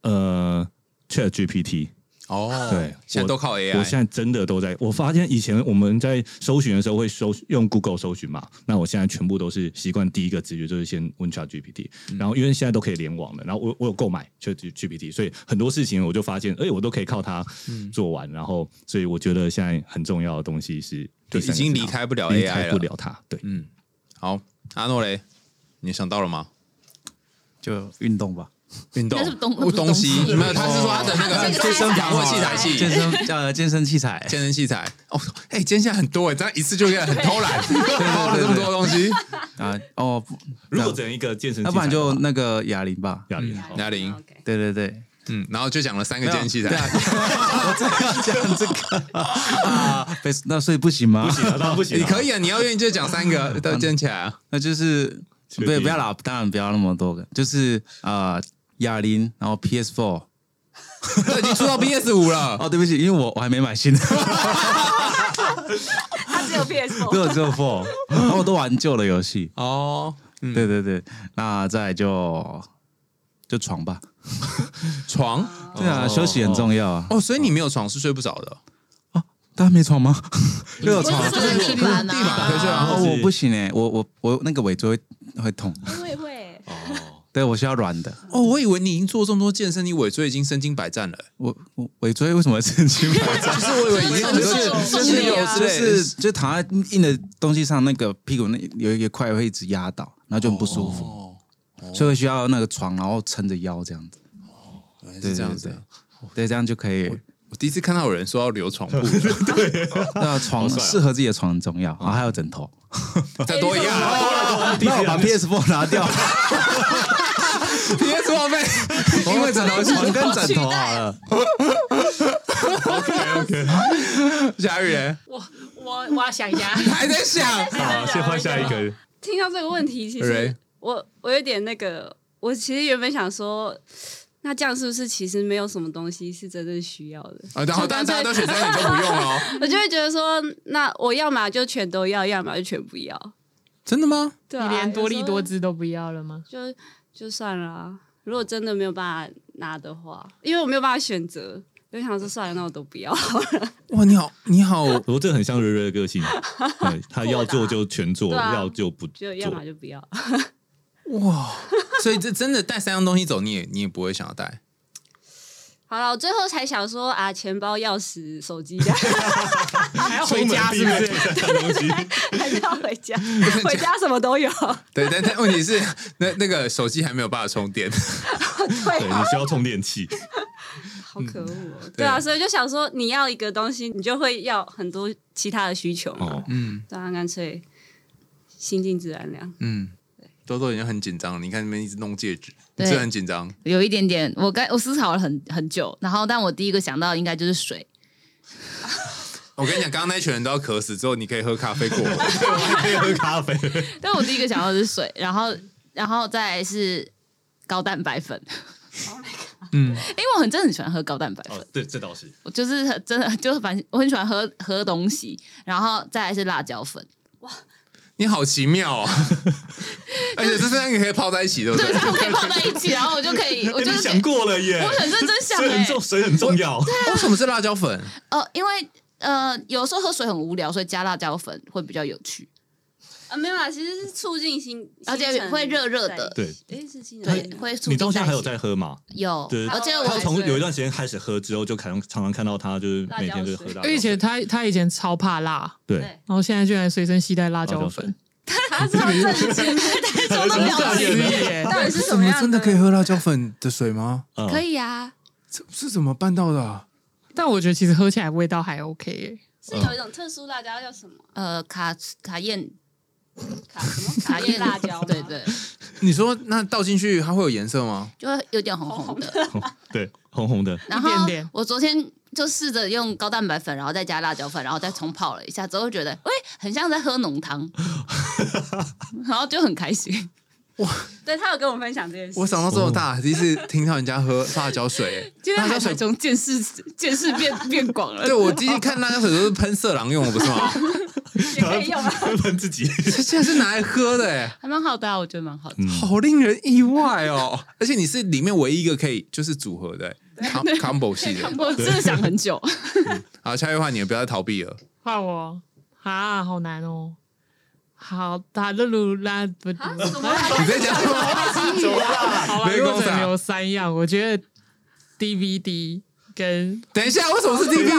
[SPEAKER 5] 呃 Chat GPT，
[SPEAKER 3] 哦，
[SPEAKER 5] 对
[SPEAKER 3] 现在都靠
[SPEAKER 5] 我
[SPEAKER 3] AI，
[SPEAKER 5] 现在真的都在。我发现以前我们在搜寻的时候会搜用 Google 搜寻嘛，那我现在全部都是习惯第一个直觉就是先问 Chat GPT，、
[SPEAKER 3] 嗯
[SPEAKER 5] 然后因为现在都可以联网了，然后我我有购买 Chat GPT，所以很多事情我就发现，哎、我都可以靠它
[SPEAKER 3] 嗯
[SPEAKER 5] 做完。然后，所以我觉得现在很重要的东西是
[SPEAKER 3] 就
[SPEAKER 5] 第
[SPEAKER 3] 已
[SPEAKER 5] 三个是它，
[SPEAKER 3] 经离开不了
[SPEAKER 5] 离
[SPEAKER 3] AI
[SPEAKER 5] 开
[SPEAKER 3] 了
[SPEAKER 5] 不了它。对，
[SPEAKER 3] 嗯，好，阿诺雷，你想到了吗？
[SPEAKER 8] 就运动吧，
[SPEAKER 3] 运动
[SPEAKER 9] 那是东
[SPEAKER 3] 不东西
[SPEAKER 9] 那是东西
[SPEAKER 3] 没有，他是说他的那
[SPEAKER 9] 哦
[SPEAKER 3] 个
[SPEAKER 9] 健身
[SPEAKER 3] 房或器材器
[SPEAKER 8] 健身呃健身器材，
[SPEAKER 3] 健身器材。哦，哎，今天现在很多哎，这样一次就有点很偷 懒，包了这么多东西。
[SPEAKER 8] 啊哦，不
[SPEAKER 5] 如果只能一个健身器材的
[SPEAKER 8] 要不
[SPEAKER 5] 话，
[SPEAKER 8] 然就那个哑铃吧，
[SPEAKER 5] 哑铃。
[SPEAKER 3] 嘉玲，
[SPEAKER 7] OK，
[SPEAKER 8] 对对对，
[SPEAKER 3] 嗯，然后就讲了三个健身器
[SPEAKER 8] 对啊
[SPEAKER 3] 材，
[SPEAKER 8] 我正要讲这 个啊，被那所以不行吗？
[SPEAKER 5] 不行啊，当然不行啊，
[SPEAKER 3] 你可以啊，你要愿意就讲三个都健起来啊。
[SPEAKER 8] 那就是
[SPEAKER 5] 确定
[SPEAKER 8] 对，不要啦，当然不要那么多个，就是啊哑铃，然后 PS Four。
[SPEAKER 3] 都已经出到 PS 五了，
[SPEAKER 8] 哦，对不起，因为我我还没买新的，
[SPEAKER 7] 他只有 PS
[SPEAKER 8] 只有只有 Four，然后我都玩旧的游戏。
[SPEAKER 3] 哦，
[SPEAKER 8] 对对对，那再来就就床吧。
[SPEAKER 3] 床
[SPEAKER 8] 对啊，休息很重要啊。
[SPEAKER 3] 哦，所以你没有床是睡不着的。哦
[SPEAKER 8] 大家没床吗？又有床
[SPEAKER 9] 不，是是地板啊，
[SPEAKER 3] 地板可以睡啊
[SPEAKER 8] 然后
[SPEAKER 5] 是
[SPEAKER 8] 我不行哎，我我我那个尾椎会会痛，
[SPEAKER 7] 我也会，欸
[SPEAKER 8] 对我需要软的。
[SPEAKER 3] 哦，我以为你已经做这么多健身，你尾椎已经身经百战了。
[SPEAKER 8] 我我尾椎为什么神经麻痹？
[SPEAKER 3] 就是我以为已经很多
[SPEAKER 7] 就是
[SPEAKER 3] 就是有之
[SPEAKER 8] 就
[SPEAKER 3] 类的
[SPEAKER 8] 是就躺在硬的东西上，那个屁股那有一个块会一直压倒，然后就很不舒服，
[SPEAKER 3] 哦，
[SPEAKER 8] 所以会需要那个床，然后撑着腰这样子。
[SPEAKER 3] 哦原来
[SPEAKER 8] 对
[SPEAKER 3] 是这样哦
[SPEAKER 8] 对
[SPEAKER 3] 子。
[SPEAKER 8] 对对，这样就可以。
[SPEAKER 3] 我第一次看到有人说要留 床铺，
[SPEAKER 8] 对啊，床适合自己的床很重要，啊
[SPEAKER 3] 哦
[SPEAKER 8] 然后还有枕头。
[SPEAKER 3] 再多一样啊。
[SPEAKER 6] 哎
[SPEAKER 8] 那我把 PS Four 拿 掉，
[SPEAKER 3] 别作废，
[SPEAKER 8] 因为枕头床跟枕头好了。
[SPEAKER 3] 佳玉人
[SPEAKER 6] 我我我要想一下，
[SPEAKER 3] 还在 想，
[SPEAKER 5] 好，先换下一个。
[SPEAKER 7] 听到这个问
[SPEAKER 6] 嗯
[SPEAKER 7] 题，其实
[SPEAKER 3] 对
[SPEAKER 7] 我我有点那个，我其实原本想说，那这样是不是其实没有什么东西是真正需 要的？
[SPEAKER 3] 啊然后大家都选择你都不用哦，
[SPEAKER 7] 我就会觉得说，那我要么就全都要，要么就全不要。
[SPEAKER 3] 真的吗？
[SPEAKER 7] 对啊，
[SPEAKER 6] 你连多利多
[SPEAKER 7] 有时
[SPEAKER 6] 姿都不要了吗？
[SPEAKER 7] 候就就算了、啊。如果真的没有办法拿的话，因为我没有办法选择，我就想说算了，那我都 不要。
[SPEAKER 3] 哇，你好，你好，
[SPEAKER 5] 我这很像瑞瑞的个性，对他要做就全做，
[SPEAKER 7] 对啊
[SPEAKER 5] 要就不
[SPEAKER 7] 就
[SPEAKER 5] 做。
[SPEAKER 7] 要么就不要。
[SPEAKER 3] 所以这真的带三样东西走，你也你也不会想要带。
[SPEAKER 7] 好了，我最后才想说啊，钱包、钥匙、手机 这样
[SPEAKER 6] 还要回家是不是？
[SPEAKER 7] 还是要回 家，回家什么都有。
[SPEAKER 3] 对，但但问题是，那那个手机还没有办法充电。
[SPEAKER 5] 对你需要充电器，
[SPEAKER 7] 好可恶哦、对啊，所以就想说，你要一个东西，你就会要很多其他的需求 嘛。
[SPEAKER 5] 哦，
[SPEAKER 3] 嗯
[SPEAKER 7] 对啊，干脆心静自然凉。
[SPEAKER 3] 嗯，多多已经很紧张了，你看你们一直弄戒指，你
[SPEAKER 9] 对
[SPEAKER 3] 是不是很紧张。
[SPEAKER 9] 有一点点，我该我思考了很很久，然后但我第一个想到应该就是水，
[SPEAKER 3] 我跟你讲，刚刚那群人都要渴死之后，你可以喝咖啡过。
[SPEAKER 5] 可以喝咖啡，
[SPEAKER 9] 但我第一个想到的是水，然后然后再来是高蛋白粉，
[SPEAKER 3] 嗯，
[SPEAKER 9] 因为我很真的很喜欢喝高蛋白粉，
[SPEAKER 5] 哦，对，这倒是，
[SPEAKER 9] 我就是很真的就是反正我很喜欢喝喝东西，然后再来是辣椒 粉，
[SPEAKER 3] 你好奇妙哦，而且这三个可以泡在一起，对不对？
[SPEAKER 9] 我可以泡在一起，然后我就 可以，我
[SPEAKER 5] 哎
[SPEAKER 9] 就
[SPEAKER 5] 你
[SPEAKER 9] 是
[SPEAKER 5] 想过了耶
[SPEAKER 9] 我，很认真想
[SPEAKER 5] 水
[SPEAKER 2] 欸
[SPEAKER 9] 哎、
[SPEAKER 5] 很重，水很重要，
[SPEAKER 3] 为哦什么是辣椒粉？
[SPEAKER 9] 呃，因为呃有时候喝水很无聊，所以加辣椒粉会比较有趣，
[SPEAKER 7] 啊，没有啦，其实是促进心，
[SPEAKER 9] 而且
[SPEAKER 7] 新陈
[SPEAKER 9] 会热热的
[SPEAKER 7] 代谢
[SPEAKER 5] 对，
[SPEAKER 7] 哎，是新陈代
[SPEAKER 9] 对
[SPEAKER 7] 谢，吗
[SPEAKER 9] 会促进
[SPEAKER 5] 你到现在还有
[SPEAKER 9] 代谢
[SPEAKER 5] 在喝吗？
[SPEAKER 9] 有，
[SPEAKER 5] 对
[SPEAKER 9] 而且我
[SPEAKER 5] 他
[SPEAKER 9] 还
[SPEAKER 5] 从有一段时间开始喝之后，就常常常看到他就是每天就是喝辣椒
[SPEAKER 6] 因为以前他他以前超怕辣，
[SPEAKER 5] 对，
[SPEAKER 6] 然后现在居然随身携带辣
[SPEAKER 5] 椒
[SPEAKER 6] 椒
[SPEAKER 5] 粉
[SPEAKER 6] 粉，啊
[SPEAKER 7] 他知道 正经，
[SPEAKER 5] 他
[SPEAKER 9] 都 表
[SPEAKER 5] 表
[SPEAKER 9] 情
[SPEAKER 6] 耶
[SPEAKER 7] 到底是
[SPEAKER 3] 什
[SPEAKER 7] 什么
[SPEAKER 3] 么
[SPEAKER 7] 样
[SPEAKER 3] 真的可以喝辣椒粉的水吗？
[SPEAKER 5] 嗯
[SPEAKER 9] 可以啊，
[SPEAKER 3] 这是怎么办到的啊、
[SPEAKER 6] 但我觉得其实喝起来味道还 OK 耶
[SPEAKER 7] 是有一种特殊辣椒叫什么啊
[SPEAKER 9] 呃卡卡宴
[SPEAKER 7] 卡什么
[SPEAKER 9] 卡
[SPEAKER 7] 卡
[SPEAKER 9] 宴
[SPEAKER 7] 宴辣椒 吗？
[SPEAKER 9] 对对，
[SPEAKER 3] 你说那倒进去它会有颜色吗？
[SPEAKER 9] 就会有点红红的。
[SPEAKER 5] 对，红红的，
[SPEAKER 9] 然后
[SPEAKER 6] 一点点
[SPEAKER 9] 我昨天就试着用高蛋白粉，然后再加辣椒粉，然后再冲泡了一下，之后觉得喂，很像在喝浓汤， 然后就很开心。
[SPEAKER 7] 对，他有跟我分享这件事。
[SPEAKER 3] 我长到这么大，第一次听到人家喝辣椒水、欸
[SPEAKER 9] 今天
[SPEAKER 3] 辣椒
[SPEAKER 9] 海苔
[SPEAKER 3] 水。
[SPEAKER 9] 中见识见识变变广了
[SPEAKER 3] 对，，我第一次看辣椒水都是喷色狼用的，不是 吗？
[SPEAKER 7] 也可以用啊，
[SPEAKER 5] 会喷自己，
[SPEAKER 3] 这竟然是拿来喝的、哎，
[SPEAKER 9] 还蛮好的、啊，我觉得蛮好的。
[SPEAKER 3] 好令人意外哦！而且你是里面唯一一个可以就是组合的、哎 com- combo 系 的。
[SPEAKER 9] 我真的 想很久，
[SPEAKER 3] 好，下一位换你了，不要再逃避了。
[SPEAKER 6] 换我啊，好难哦。好，打的鲁拉不读，
[SPEAKER 3] 你在讲什 么？
[SPEAKER 6] 好吧，
[SPEAKER 3] 没
[SPEAKER 6] 如
[SPEAKER 3] 公
[SPEAKER 6] 果只
[SPEAKER 3] 司啊
[SPEAKER 6] 能留三样，我觉得 DVD 跟
[SPEAKER 3] 等一下，为什么是 DVD？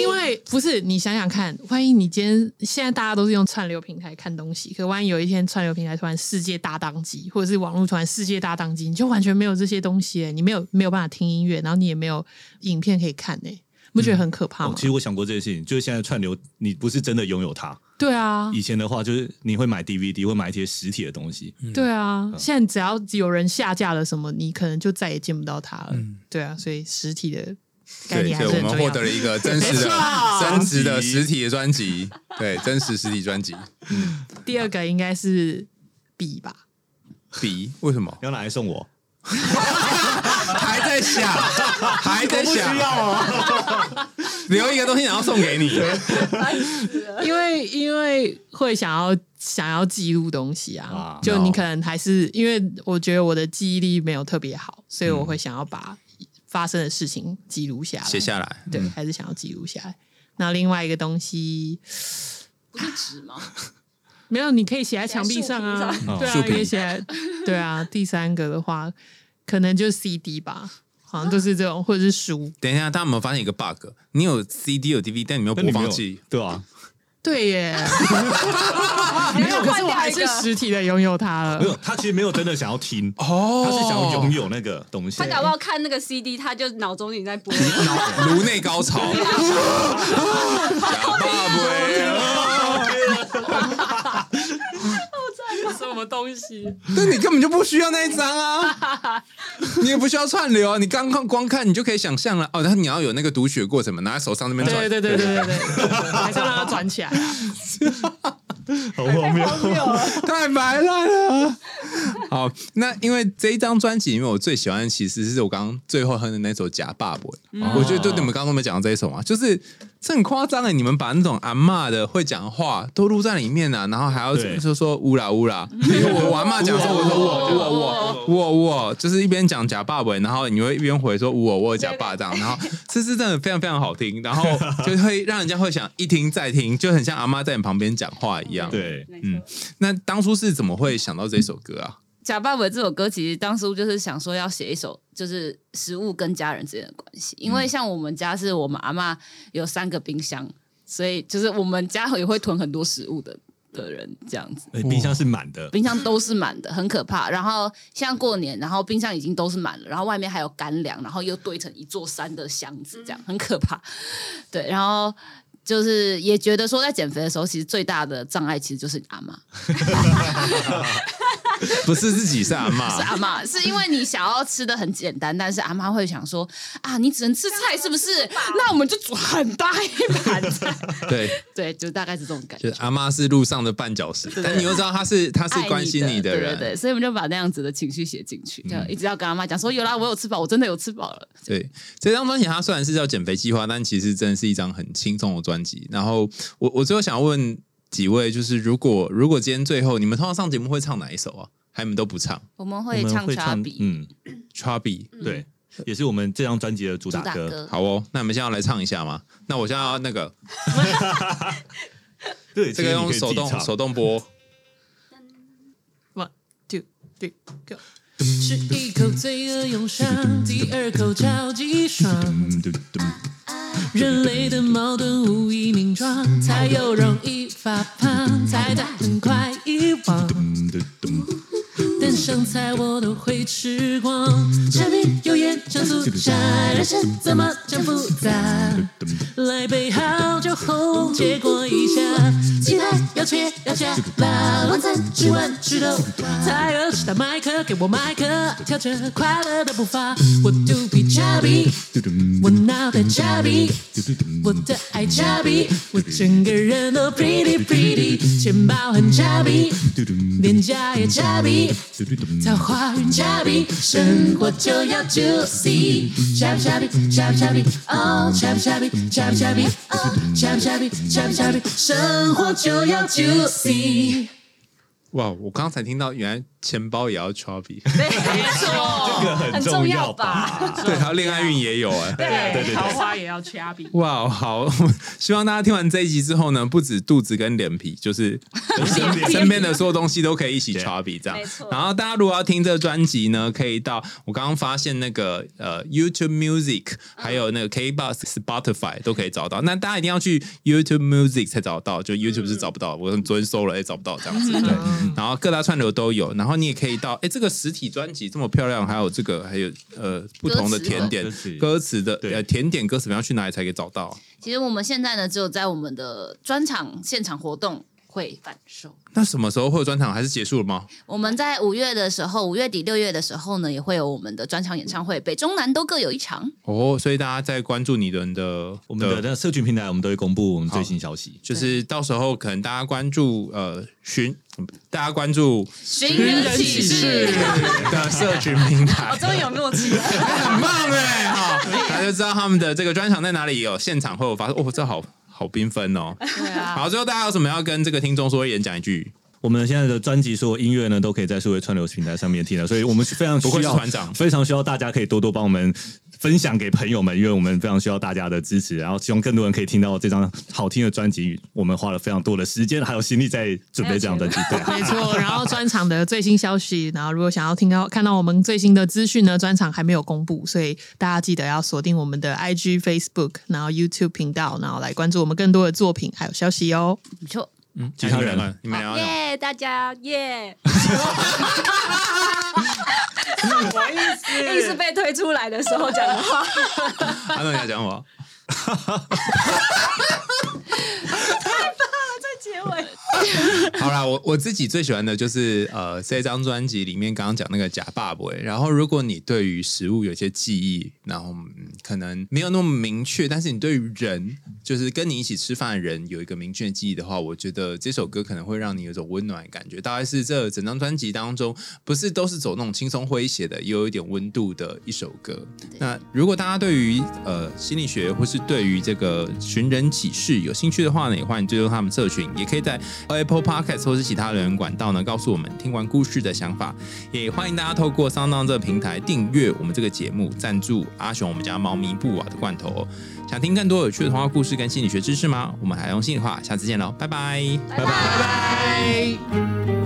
[SPEAKER 6] 因为不是你想想看，万一你今天现在大家都是用串流平台看东西，可万一有一天串流平台突然世界大宕机，或者是网络突然世界大宕机，你就完全没有这些东西、欸，你没有没有办法听音乐，然后你也没有影片可以看呢、欸，不觉得很可怕吗
[SPEAKER 3] 嗯
[SPEAKER 5] 哦，？其实我想过这件事情，就是现在串流，你不是真的拥有它。
[SPEAKER 6] 对啊，
[SPEAKER 5] 以前的话，就是你会买 DVD，会买一些实体的东西。
[SPEAKER 3] 嗯
[SPEAKER 6] 对啊，现在只要有人下架了什么，你可能就再也见不到它了。对啊，所以实体的
[SPEAKER 3] 嗯对，
[SPEAKER 6] 概念还
[SPEAKER 3] 所以
[SPEAKER 6] 是
[SPEAKER 3] 我们
[SPEAKER 6] 很重
[SPEAKER 3] 获
[SPEAKER 6] 要
[SPEAKER 3] 得
[SPEAKER 6] 的。
[SPEAKER 3] 了一个真实的
[SPEAKER 6] 没错、
[SPEAKER 3] 真实的实体的专辑，对，真实实体专辑。
[SPEAKER 6] 第二个应该是笔 吧，
[SPEAKER 3] 笔为什么
[SPEAKER 5] 你要拿来送我？
[SPEAKER 3] 还在想？还在想
[SPEAKER 5] 啊！
[SPEAKER 3] 留一个东西，然后送给你。
[SPEAKER 6] 因为因为会想要想要记录东西啊
[SPEAKER 5] 啊，
[SPEAKER 6] 就你可能还是因为我觉得我的记忆力没有特别好，所以我会想要把发生的事情记录下来，
[SPEAKER 3] 嗯写下嗯来，
[SPEAKER 6] 对，还是想要记录下来。那另外一个东西
[SPEAKER 9] 不是纸吗？
[SPEAKER 6] 没有，你可以写在墙壁上啊
[SPEAKER 7] 写在，
[SPEAKER 6] 对
[SPEAKER 5] 上
[SPEAKER 3] 嗯
[SPEAKER 6] 啊，
[SPEAKER 3] 树
[SPEAKER 6] 你
[SPEAKER 3] 皮
[SPEAKER 6] 可以写 在，对啊。第三个的话，可能就是 CD 吧，好像都是这 种，或者是书。
[SPEAKER 3] 等一下，大家有没有发现一个 bug？你有 CD 有 DVD，但你没有
[SPEAKER 5] 那
[SPEAKER 3] 播
[SPEAKER 5] 你没
[SPEAKER 3] 放
[SPEAKER 5] 有
[SPEAKER 3] 器。
[SPEAKER 5] 对啊，
[SPEAKER 6] 对 耶，没有，可是我还是实体的拥有它
[SPEAKER 5] 没
[SPEAKER 6] 了。
[SPEAKER 5] 有，他其实没有真的想要听，
[SPEAKER 3] 哦
[SPEAKER 5] 他是想要拥有那个东西
[SPEAKER 7] 他。 搞不好看那个 CD，他就脑中已经在 播了。
[SPEAKER 3] 脑颅内高潮。假爸爸
[SPEAKER 6] 什么东西？
[SPEAKER 3] 但你根本就不需要那一张啊，你也不需要串流啊，你刚看光看你就可以想象了。哦，但你要有那个读取的过程嘛，拿在手上那边
[SPEAKER 6] 对
[SPEAKER 3] 转。
[SPEAKER 6] 对对对对对对， 还是要让它转起来啊。
[SPEAKER 5] 好荒谬！
[SPEAKER 3] 太白烂了。好，那因为这一张专辑里面，我最喜欢的其实是我刚刚最后哼的那首《假爸爸》我觉得就你们刚刚都没讲到这一首嘛，就是这很夸张哎，你们把那种阿嬷的会讲话都录在里面啊，然后还要
[SPEAKER 5] 对
[SPEAKER 3] 就说乌啦乌啦，因为我我阿嬷讲说我说我我我我我，就是一边讲假爸爸，然后你会一边回说我我有假爸这样，然后这是真的非常非常好听，然后就会让人家会想一听再听，就很像阿妈在你旁边讲话一样。
[SPEAKER 5] 对，
[SPEAKER 7] 没
[SPEAKER 3] 嗯
[SPEAKER 7] 错，
[SPEAKER 3] 那当初是怎么会想到这首歌啊？
[SPEAKER 9] 假爸爸这首歌其实当初就是想说要写一首，就是食物跟家人之间的关系，因
[SPEAKER 6] 嗯
[SPEAKER 9] 为像我们家是我们阿嬷有三个冰箱，所以就是我们家也会囤很多食物的。的人这样子。
[SPEAKER 5] 哎冰箱是满的，
[SPEAKER 9] 冰箱都是满的，很可怕。然后像过年，然后冰箱已经都是满了，然后外面还有干粮，然后又堆成一座山的箱子，这样很可怕。 对，然后就是也觉得说，在减肥的时候，其实最大的障碍其实就是你阿妈，
[SPEAKER 3] 不是自己是阿
[SPEAKER 9] 是啊
[SPEAKER 3] 妈，
[SPEAKER 9] 阿妈，是因为你想要吃的很简单，但是阿妈会想说啊，你只能吃菜是不 是？那我们就煮很大一盘 菜，
[SPEAKER 3] 对，
[SPEAKER 9] 对，就大概是这种感觉
[SPEAKER 3] 就。是阿妈是路上的绊脚石，但你又知道她是她是
[SPEAKER 9] 爱
[SPEAKER 3] 关心你
[SPEAKER 9] 的
[SPEAKER 3] 人，
[SPEAKER 9] 对对对，所以我们就把那样子的情绪写进去，就一直要跟阿妈讲说，有啦，我有吃饱，我真的有吃饱了。
[SPEAKER 3] 对，这张专辑它虽然是叫减肥计划，但其实真的是一张很轻松的专辑。然后我我最后想问几位，就是如果如果今天最后你们通常上节目会唱哪一首啊？还你们都不唱
[SPEAKER 9] 我们
[SPEAKER 5] 我
[SPEAKER 9] 会
[SPEAKER 5] 们
[SPEAKER 9] 唱
[SPEAKER 5] 会
[SPEAKER 9] 叉
[SPEAKER 5] 唱
[SPEAKER 9] 比，
[SPEAKER 5] 嗯，
[SPEAKER 3] ，Chubby。
[SPEAKER 5] 对，也是我们这张专辑的主
[SPEAKER 9] 主
[SPEAKER 5] 打
[SPEAKER 9] 打
[SPEAKER 5] 歌。
[SPEAKER 9] 歌。
[SPEAKER 3] 好哦，那你们现在要来唱一下吗？那我现在要那个
[SPEAKER 5] 对，
[SPEAKER 3] 这个
[SPEAKER 5] 其实你
[SPEAKER 3] 用
[SPEAKER 5] 可以自
[SPEAKER 3] 手
[SPEAKER 5] 己
[SPEAKER 3] 动
[SPEAKER 5] 唱
[SPEAKER 3] 手动播，
[SPEAKER 6] One two three go。吃一口罪恶涌上，第二口超级爽，
[SPEAKER 5] 嗯对对对
[SPEAKER 6] 人类的矛盾无以名状，才又容易发胖，才的很快遗忘。
[SPEAKER 5] 嗯对对
[SPEAKER 6] 但剩菜我都会吃光。柴米油盐酱醋茶，人生怎么这么复杂？来杯好酒红，结果一下，鸡蛋要切要下，把晚餐吃完吃到饱才饿，吃到麦克给我麦克，跳着快乐的步伐，我肚皮炸比，我脑袋炸比。我的爱炸比，我整个人都 pretty pretty，钱包很炸比，脸颊也炸比，才华与炸比，生活就要 juicy，炸比炸比炸比炸比，哦，炸比炸比炸比炸比，哦，炸比炸比炸比炸比，生活就要 juicy。
[SPEAKER 3] 哇！我刚才听到，原来钱包也要 Chubby，
[SPEAKER 7] 没错，
[SPEAKER 5] 这个很
[SPEAKER 7] 很
[SPEAKER 5] 重
[SPEAKER 7] 重
[SPEAKER 5] 要
[SPEAKER 7] 要
[SPEAKER 5] 吧
[SPEAKER 7] 吧？
[SPEAKER 3] 对，还有恋爱运也有哎、
[SPEAKER 5] 对对
[SPEAKER 6] 桃花也要掐比，
[SPEAKER 3] 哇，好！ 希望大家听完这一集之后呢，不止肚子跟脸皮，就是身边的所有东西都可以一起 chubby 这样
[SPEAKER 7] 没。错
[SPEAKER 3] 然后大家如果要听这个专辑呢，可以到我刚刚发现那个呃 YouTube Music，还有那个 KBox、Spotify 都可以找到。那大家一定要去 YouTube Music 才找到，就 YouTube 是找不到，我昨天搜了也找不到这样子。对，
[SPEAKER 5] 嗯
[SPEAKER 3] 然后各大串流都有，然后你也可以到哎这个实体专辑这么漂亮，还有这个还有呃不同的
[SPEAKER 9] 歌词
[SPEAKER 3] 甜点
[SPEAKER 5] 歌词
[SPEAKER 3] 歌词的
[SPEAKER 5] 对
[SPEAKER 3] 呃甜点歌词，要去哪里才可以找到啊？
[SPEAKER 9] 其实我们现在呢，只有在我们的专场现场活动会贩售。
[SPEAKER 3] 那什么时候会有专场？还是结束了吗？
[SPEAKER 9] 我们在五月的时候，五月底六月的时候呢，也会有我们的专场演唱会，北中南都各有一场。
[SPEAKER 3] 哦，所以大家在关注你的人的
[SPEAKER 5] 我们的那个社群平台，我们都会公布我们最新消息。
[SPEAKER 3] 就是到时候可能大家关注呃寻，大家关注
[SPEAKER 9] 寻
[SPEAKER 6] 人启事
[SPEAKER 3] 的社群平 台，
[SPEAKER 7] 终于有默契 了。啊
[SPEAKER 3] 很棒 哎哈，大家就知道他们的这个专场在哪里有现场会有发生，哦，这好好缤纷哦。
[SPEAKER 9] 对啊，
[SPEAKER 3] 好，最后大家有什么要跟这个听众说一人讲一句？
[SPEAKER 5] 我们现在的专辑所有音乐呢，都可以在数位串流平台上面 听了，所以我们非常需
[SPEAKER 3] 不愧是
[SPEAKER 5] 要
[SPEAKER 3] 团长
[SPEAKER 5] 非常需要大家可以多多帮我们分享给朋友们，因为我们非常需要大家的支持，然后希望更多人可以听到这张好听的专辑。我们花了非常多的时间还有心力在准备这张专辑，对，
[SPEAKER 6] 没错，然后专场的最新消息，然后如果想要听到看到我们最新的资讯呢，专场还没有公布，所以大家记得要锁定我们的 IG、Facebook，然后 YouTube 频道，然后来关注我们更多的作品还有消息哦。
[SPEAKER 9] 没错。
[SPEAKER 3] 嗯，
[SPEAKER 5] 其他人
[SPEAKER 3] 呢？你们俩要讲
[SPEAKER 7] 耶，大家 耶！硬是被推出来的时候讲的话，
[SPEAKER 3] 阿诺你要讲我，
[SPEAKER 7] 结尾
[SPEAKER 3] 好啦，我我自己最喜欢的就是呃这张专辑里面刚刚讲那个假爸爸。然后，如果你对于食物有些记忆，然后、嗯可能没有那么明确，但是你对于人，就是跟你一起吃饭的人有一个明确的记忆的话，我觉得这首歌可能会让你有一种温暖的感觉。大概是这整张专辑当中，不是都是走那种轻松诙谐的，也有一点温度的一首歌。那如果大家对于呃心理学或是对于这个寻人启事有兴趣的话呢，也欢迎追踪他们社群，也可以在 Apple Podcast 或是其他留言管道呢，告诉我们听完故事的想法。也欢迎大家透过 s o u n d o n 这个平台订阅我们这个节目，赞助阿雄我们家猫咪布瓦的罐头哦。想听更多有趣的童话故事跟心理学知识吗？我们海龙心里话，下次见喽，拜拜。
[SPEAKER 7] 拜拜。
[SPEAKER 6] 拜。